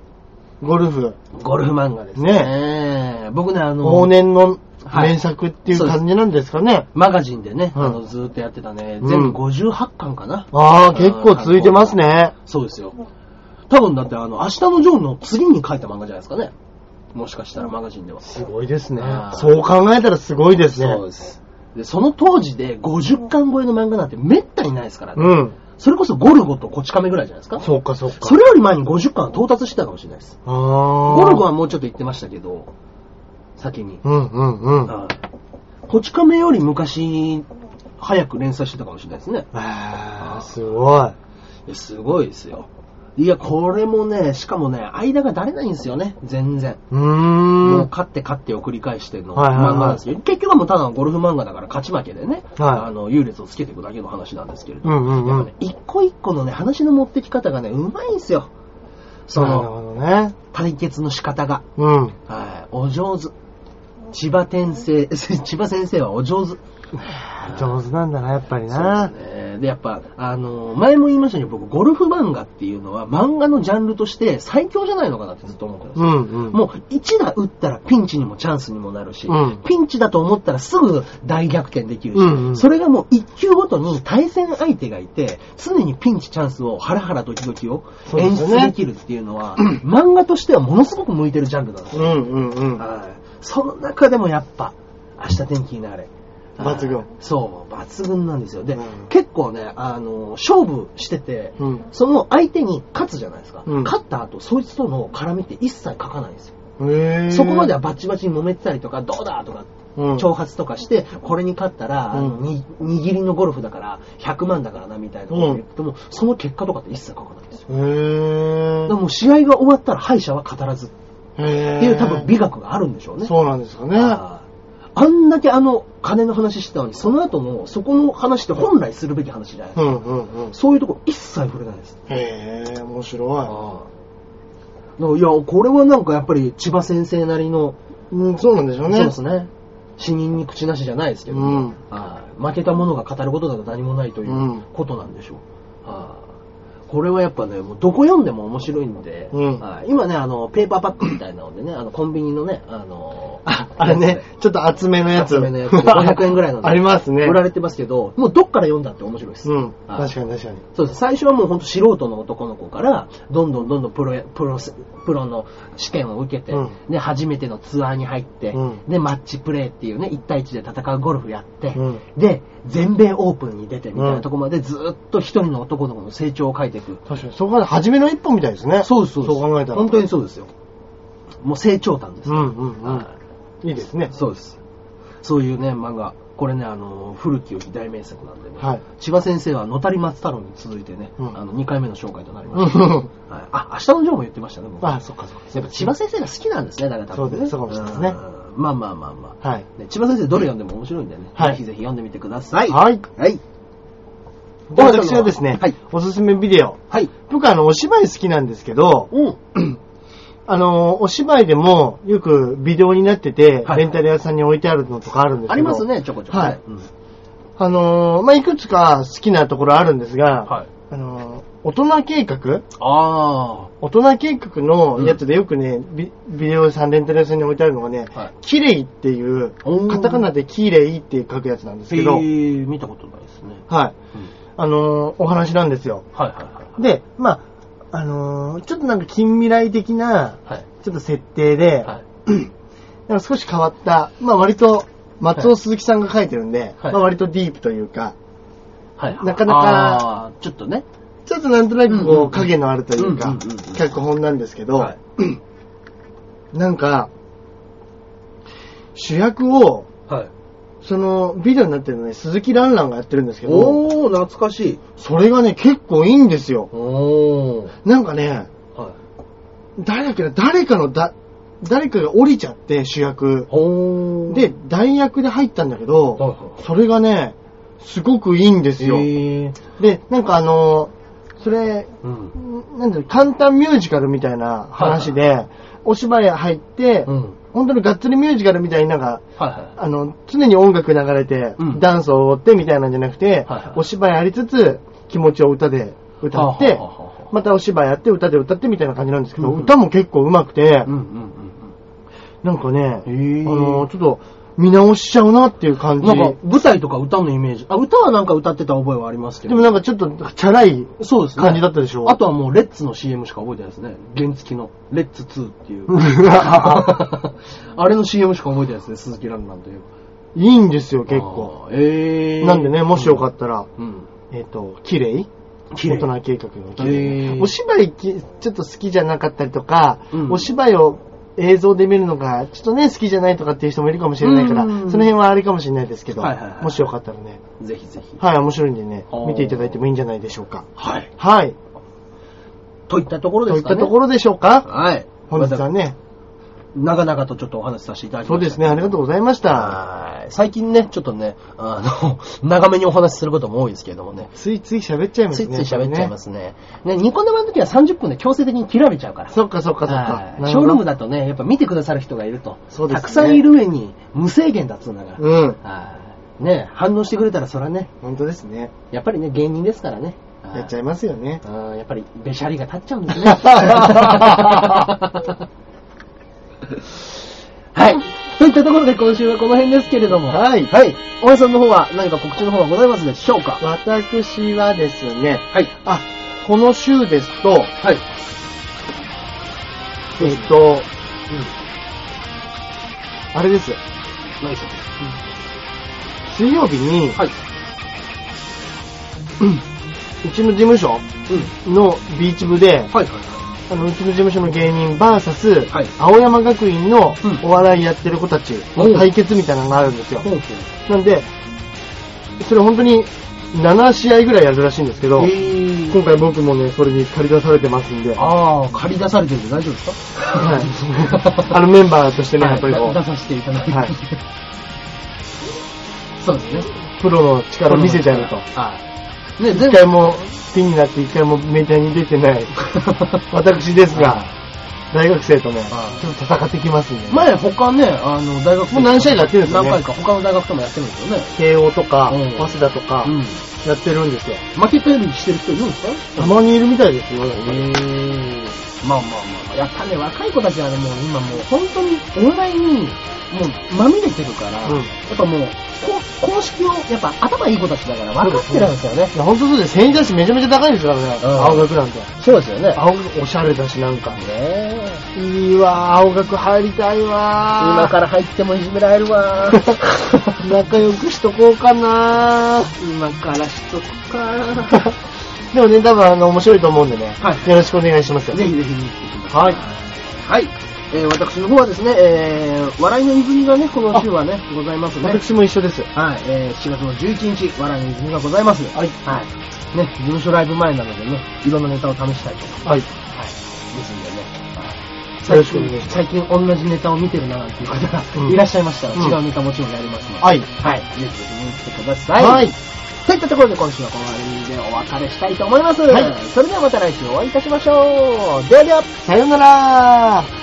B: ー、ゴルフ。
A: ゴルフ漫画ですね。僕ね、あの、
B: 往年の
A: はい
B: 名作っていう感じなんですかね。
A: マガジンでね、
B: うん
A: あの、ずーっとやってたね、
B: うん
A: 全部58巻かな。
B: あー、結構続いてますね。
A: そうですよ。多分だってあの、明日のジョーの次に書いた漫画じゃないですかね。もしかしたらマガジンでは。
B: すごいですね
A: あ。ー
B: そう考えたらすごいですね。
A: そうです。で、その当時で50巻超えの漫画なんてめったにないですからね。
B: うん。
A: それこそゴルゴとコチカメぐらいじゃないですか。
B: そうか、そうか。
A: それより前に50巻は到達してたかもしれないです。
B: あー。
A: ゴルゴはもうちょっと言ってましたけど、先に。
B: うん、うん、うん。あ
A: はいコチカメより昔、早く連載してたかもしれないですね。
B: ー、すご
A: い
B: い。
A: やすごいですよ。いや、これもね、しかもね、間がだれないんですよね、全然。
B: うー。
A: もうん勝って勝ってを繰り返しての
B: はいはいはい
A: 漫画なんですけど、結局はもうただのゴルフ漫画だから勝ち負けでね、
B: はい
A: あの優劣をつけていくだけの話なんですけれど、
B: うんうんうん
A: やっぱね、一個一個のね、話の持ってき方がね、うまいんですよ。そ
B: なる
A: の、
B: ほどね。
A: 対決の仕方が。
B: うん。
A: はい、お上手。千葉天生、 千葉先生はお上手。
B: 上手なんだな、やっぱり
A: そう
B: な。
A: ですね。で、やっぱ、あの、前も言いましたけど、僕、ゴルフ漫画っていうのは、漫画のジャンルとして最強じゃないのかなってずっと思ってます。
B: うん、うん。
A: もう一打打ったらピンチにもチャンスにもなるし、
B: うん
A: ピンチだと思ったらすぐ大逆転できるし、
B: うんうん
A: それがもう一球ごとに対戦相手がいて、常にピンチチャンスをハラハラドキドキを
B: そうで
A: 演
B: すよ
A: 出
B: ね
A: できるっていうの は、漫画としてはものすごく向いてるジャンルなんですよ。
B: うんうんうん。
A: はいその中でもやっぱ、明日天気になれ。
B: 抜群
A: はいそう、抜群なんですよ。で、
B: うん
A: 結構ね、あの、勝負してて、
B: うん
A: その相手に勝つじゃないですか。
B: うん
A: 勝った後、そいつとの絡みって一切書かないんですよ。
B: へー
A: そこまではバチバチに揉めてたりとか、どうだとか、
B: うん
A: 挑発とかして、これに勝ったら、あの
B: うん
A: に握りのゴルフだから、100万だからな、みたいなことを言っても、その結果とかって一切書かないんですよ。
B: へぇ
A: だからもう試合が終わったら敗者は語らずっ
B: へぇ
A: ていう多分美学があるんでしょうね。
B: そうなんですかね。
A: あーあんだけあの金の話してたのに、その後のそこの話って本来するべき話じゃないです
B: う
A: か。
B: んうんうん。
A: そういうとこ一切触れないです。
B: へぇ面白
A: だからいや、これはなんかやっぱり千葉先生なりの、
B: い。うん、そうなんでしょうね。
A: そうですね。死人に口なしじゃないですけど、
B: うん
A: あー負けた者が語ることなど何もないという
B: うん
A: ことなんでしょう。あーこれはやっぱね、もうどこ読んでも面白いんで、
B: うん
A: あー今ね、あの、ペーパーパックみたいなのでね、あの、コンビニのね、あの、
B: あ、あれね、ちょっと厚めのや つ。
A: 厚めのやつ500円ぐらいのね
B: ありますね。
A: 売られてますけど、もうどっから読んだって面白いです。
B: うん。
A: あ
B: 確かに確かに。
A: そうです。最初はもう本当素人の男の子から、どんどんどんどんプロ、プロ、プロの試験を受けて、
B: うん
A: で、初めてのツアーに入って、
B: うん
A: で、マッチプレーっていうね、1対1で戦うゴルフやって、
B: うん
A: で、全米オープンに出てみたいなとこまでずっと一人の男の子の成長を書いていく。
B: 確かに。そこから初めの一歩みたいですね。
A: そうです、そうです。
B: そう考えたら。
A: 本当にそうですよ。もう成長感です。
B: うんうんう
A: は
B: ん。いいですね
A: い。そうです。そういうね、漫画。これね、あの、古き良き大名作なんでね。
B: はい
A: 千葉先生は野谷松太郎に続いてね、
B: うん
A: あの2回目の紹介となりま
B: う
A: した。
B: ん。
A: はいあ、明日のジョーも言ってましたね、僕。
B: あ、そっかそっか。
A: やっぱ千葉先生が好きなんですね、だから多分、ね。
B: そうですそうかもしれないですね
A: うん。まあまあまあまあ。
B: はい
A: ね千葉先生どれ読んでも面白いんでね、
B: はい
A: ぜひぜひ読んでみてください。
B: はい
A: はい。
B: で私はですね、
A: はい
B: おすすめビデオ。
A: はい。
B: 僕あの、お芝居好きなんですけど、
A: うん。
B: あの、お芝居でもよくビデオになってて、
A: はい
B: レンタル屋さんに置いてあるのとかあるんですけど。
A: あります。ね、ちょこちょこ、
B: はい
A: うん
B: あの、まあ、いくつか好きなところあるんですが、
A: はい。
B: あの、大人計画
A: あ
B: 大人計画のやつでよくね、ビビデオ屋さん、レンタル屋さんに置いてあるのがね、
A: はい
B: キレイっていう
A: お、ー
B: カタカナでキレイって書くやつなんです
A: ー。
B: け
A: え
B: ど、
A: ー見たことないですね。
B: はい。
A: うん
B: あの、お話なんですよ。
A: はいはいはい。
B: で、まあ、あのーちょっとなんか近未来的な、
A: はい。
B: ちょっと設定で、
A: はい。
B: なんか少し変わった、まあ割と、松尾鈴木さんが書いてるんで、
A: はい
B: まあ割とディープというか、
A: はい。
B: なかなか
A: あー、ちょっとね。
B: ちょっとなんとなくこ
A: う
B: う、
A: んうんうん
B: 影のあるというか、
A: うんうんうんうん
B: 脚本なんですけど、
A: はい
B: なんか、主役を、
A: はい。
B: その、ビデオになってるのね、鈴木蘭蘭がやってるんですけど、
A: おー、懐かしい。
B: それがね、結構いいんですよ。
A: おー。
B: なんかね、
A: はい。
B: 誰だっけな、誰かのだ、誰かが降りちゃって、主役。
A: おー。
B: で、代役で入ったんだ
A: は
B: け
A: い
B: ど、
A: はい、
B: それがね、すごくいいんですよ。
A: えー、
B: で、なんかあの、それ、
A: うん。
B: なんだろう、簡単ミュージカルみたいな話で、お芝居入って、
A: うん。
B: 本当にがっつりミュージカルみたいになんか、
A: はいは
B: あの、常に音楽流れて
A: う、ん
B: ダンスを踊ってみたいなんじゃなくて
A: はいはい、
B: お芝居ありつつ、気持ちを歌で歌っ
A: はあはあ
B: て
A: はあはあ、
B: またお芝居やって歌で歌ってみたいな感じなんですけど、
A: うん
B: 歌も結構上手くて
A: い。う、んうん
B: なんかね、あ
A: へー
B: の、ちょっと見直しちゃうなっていう
A: う
B: 感
A: ん。
B: じ。
A: なんか、舞台とか歌のイメージ。あ、歌はなんか歌ってた覚えはありますけ
B: で
A: ど。
B: もなんかちょっとチャラい
A: そうですね。
B: 感じだったでしょ
A: あとはもう、レッツの CM しか覚えてないですね。原付きの、レッツ2って いう。あれの CM しか覚えてないですね、鈴木蘭ンという。
B: いいんですよ、結構。。
A: えー。
B: なんでね、もしよかったら、
A: うん。
B: えっと、綺麗
A: 綺麗
B: 大人計画の綺麗
A: へー
B: お芝居きちょっと好きじゃなかったりとか、
A: うん
B: お芝居を映像で見るのがちょっとね、好きじゃないとかっていう人もいるかもしれないから、
A: うんうんうん
B: その辺はあれかもしれないですけど、
A: はいはいはい
B: もしよかったらね、
A: ぜひぜひ。
B: はい、面白いんでね
A: あー、
B: 見ていただいてもいいんじゃないでしょうか。
A: はい。
B: はい、
A: といったところで
B: とい
A: す
B: っ
A: かね。
B: たところでしょうか。
A: はい。
B: 本日はね、
A: 長々とちょっとお話しさせていただき
B: そ
A: ま
B: う
A: した
B: ですね、ありがとうございました。
A: はい最近ね、ちょっとね、あの、 長めにお話しすることも多いですけどもね。
B: ついつい喋っちゃいま
A: つ
B: す
A: い
B: ね。。
A: つい喋っちゃいますすね。ね、ニコ生の時は30分で強制的に切られちゃうから。
B: そっかそっかそっ
A: は
B: か
A: い。
B: なるほど
A: ショールームだとね、やっぱ見てくださる人がいると。
B: そうですね
A: たくさんいる上に、無制限だっつうんだから。
B: うん、
A: はいね、反応してくれたらそらね、
B: 本当ですね。
A: やっぱりね、芸人ですからね。はい
B: やっちゃいますよね。
A: あーやっぱり、べしゃりが立っちゃうん ですね。はい。といったところで今週はこの辺ですけれども。
B: はい
A: はい。大江さんの方は何か告知の方はございますでしょうか
B: 私はですね、
A: はい。
B: あ、この週ですと、
A: はい。
B: えっと、あれです。
A: 何でしょ
B: 水曜日に
A: う、はい。
B: うちの事務所
A: うん。
B: のビーチ部で、
A: はい。はい。
B: あの、うちの事務所の芸人 VS、
A: はい
B: 青山学院の
A: うん
B: お笑いやってる子たちの対決みたいなのがあるんですよ。
A: ほう
B: なんで、それ本当に7試合ぐらいやるらしいんですけど、
A: ほう。
B: 今
A: え
B: 回僕もね、それに借り出されてますんで、はい、
A: ああ、借り出されてるんで大丈夫ですか
B: あのメンバーとしてね、やっぱりこ
A: はい出させていただいて。
B: はい
A: そうですね。
B: う、プロの力を見せてやると。
A: はい。ね、全 部
B: 一回もピンになって一回もメディアに出てない私ですが、大学生とね、
A: はい
B: ちょっと戦ってきますんでね、
A: 前、他ね、あの、大学
B: もう何試合かやってるんですよね
A: 何回か、他の大学ともやってるんですよね。
B: 慶応とか
A: うん、
B: 早稲田とか
A: う、ん。
B: やってるんですよ。
A: 負けたよりしてる人いるんですか
B: たまにいるみたいですよ。
A: まあまあまあ、やっぱね、若い子たちはね、もう今もう本当にオンラインに、もうまみれてるから、
B: うん
A: やっぱもう、こ公式を、やっぱ頭いい子たちだから分かってるんですよね。
B: いや、ほんとそうです。千円だしめちゃめちゃ高いですからね。
A: うん
B: 青学なんて。
A: そうですよね。
B: 青学、おしゃれだしなんか。
A: ねえ
B: いいわ青学入りたいわ
A: 今から入ってもいじめられる わ
B: 仲良くしとこうかな
A: 今からしとくか。
B: ー でもね、多分あの、面白いと思うんでね。
A: はい
B: よろしくお願いしますよ。
A: ぜひぜひ見に来てください。
B: はい
A: はい。えー私の方はですね、えー笑いの泉がね、この週はね、ございますね。
B: 私も一緒です。
A: はい、えー7月の11日、笑いの泉がございます。
B: はい
A: はい。ね、事務所ライブ前なのでね、いろんなネタを試したいと思います。
B: は
A: は
B: い。
A: い。ですんでね。はい
B: よろしくお願いします
A: 最近最近同じネタを見てるななんていう方が
B: うん
A: いらっしゃいましたら、
B: うん
A: 違うネタもちろんやりますので。
B: はい
A: はい。ぜひぜひ見に来てください。
B: はい。
A: といったところで今週はこの辺でお別れしたいと思います。
B: はい
A: それではまた来週お会いいたしましょう。ではでは。
B: さよなら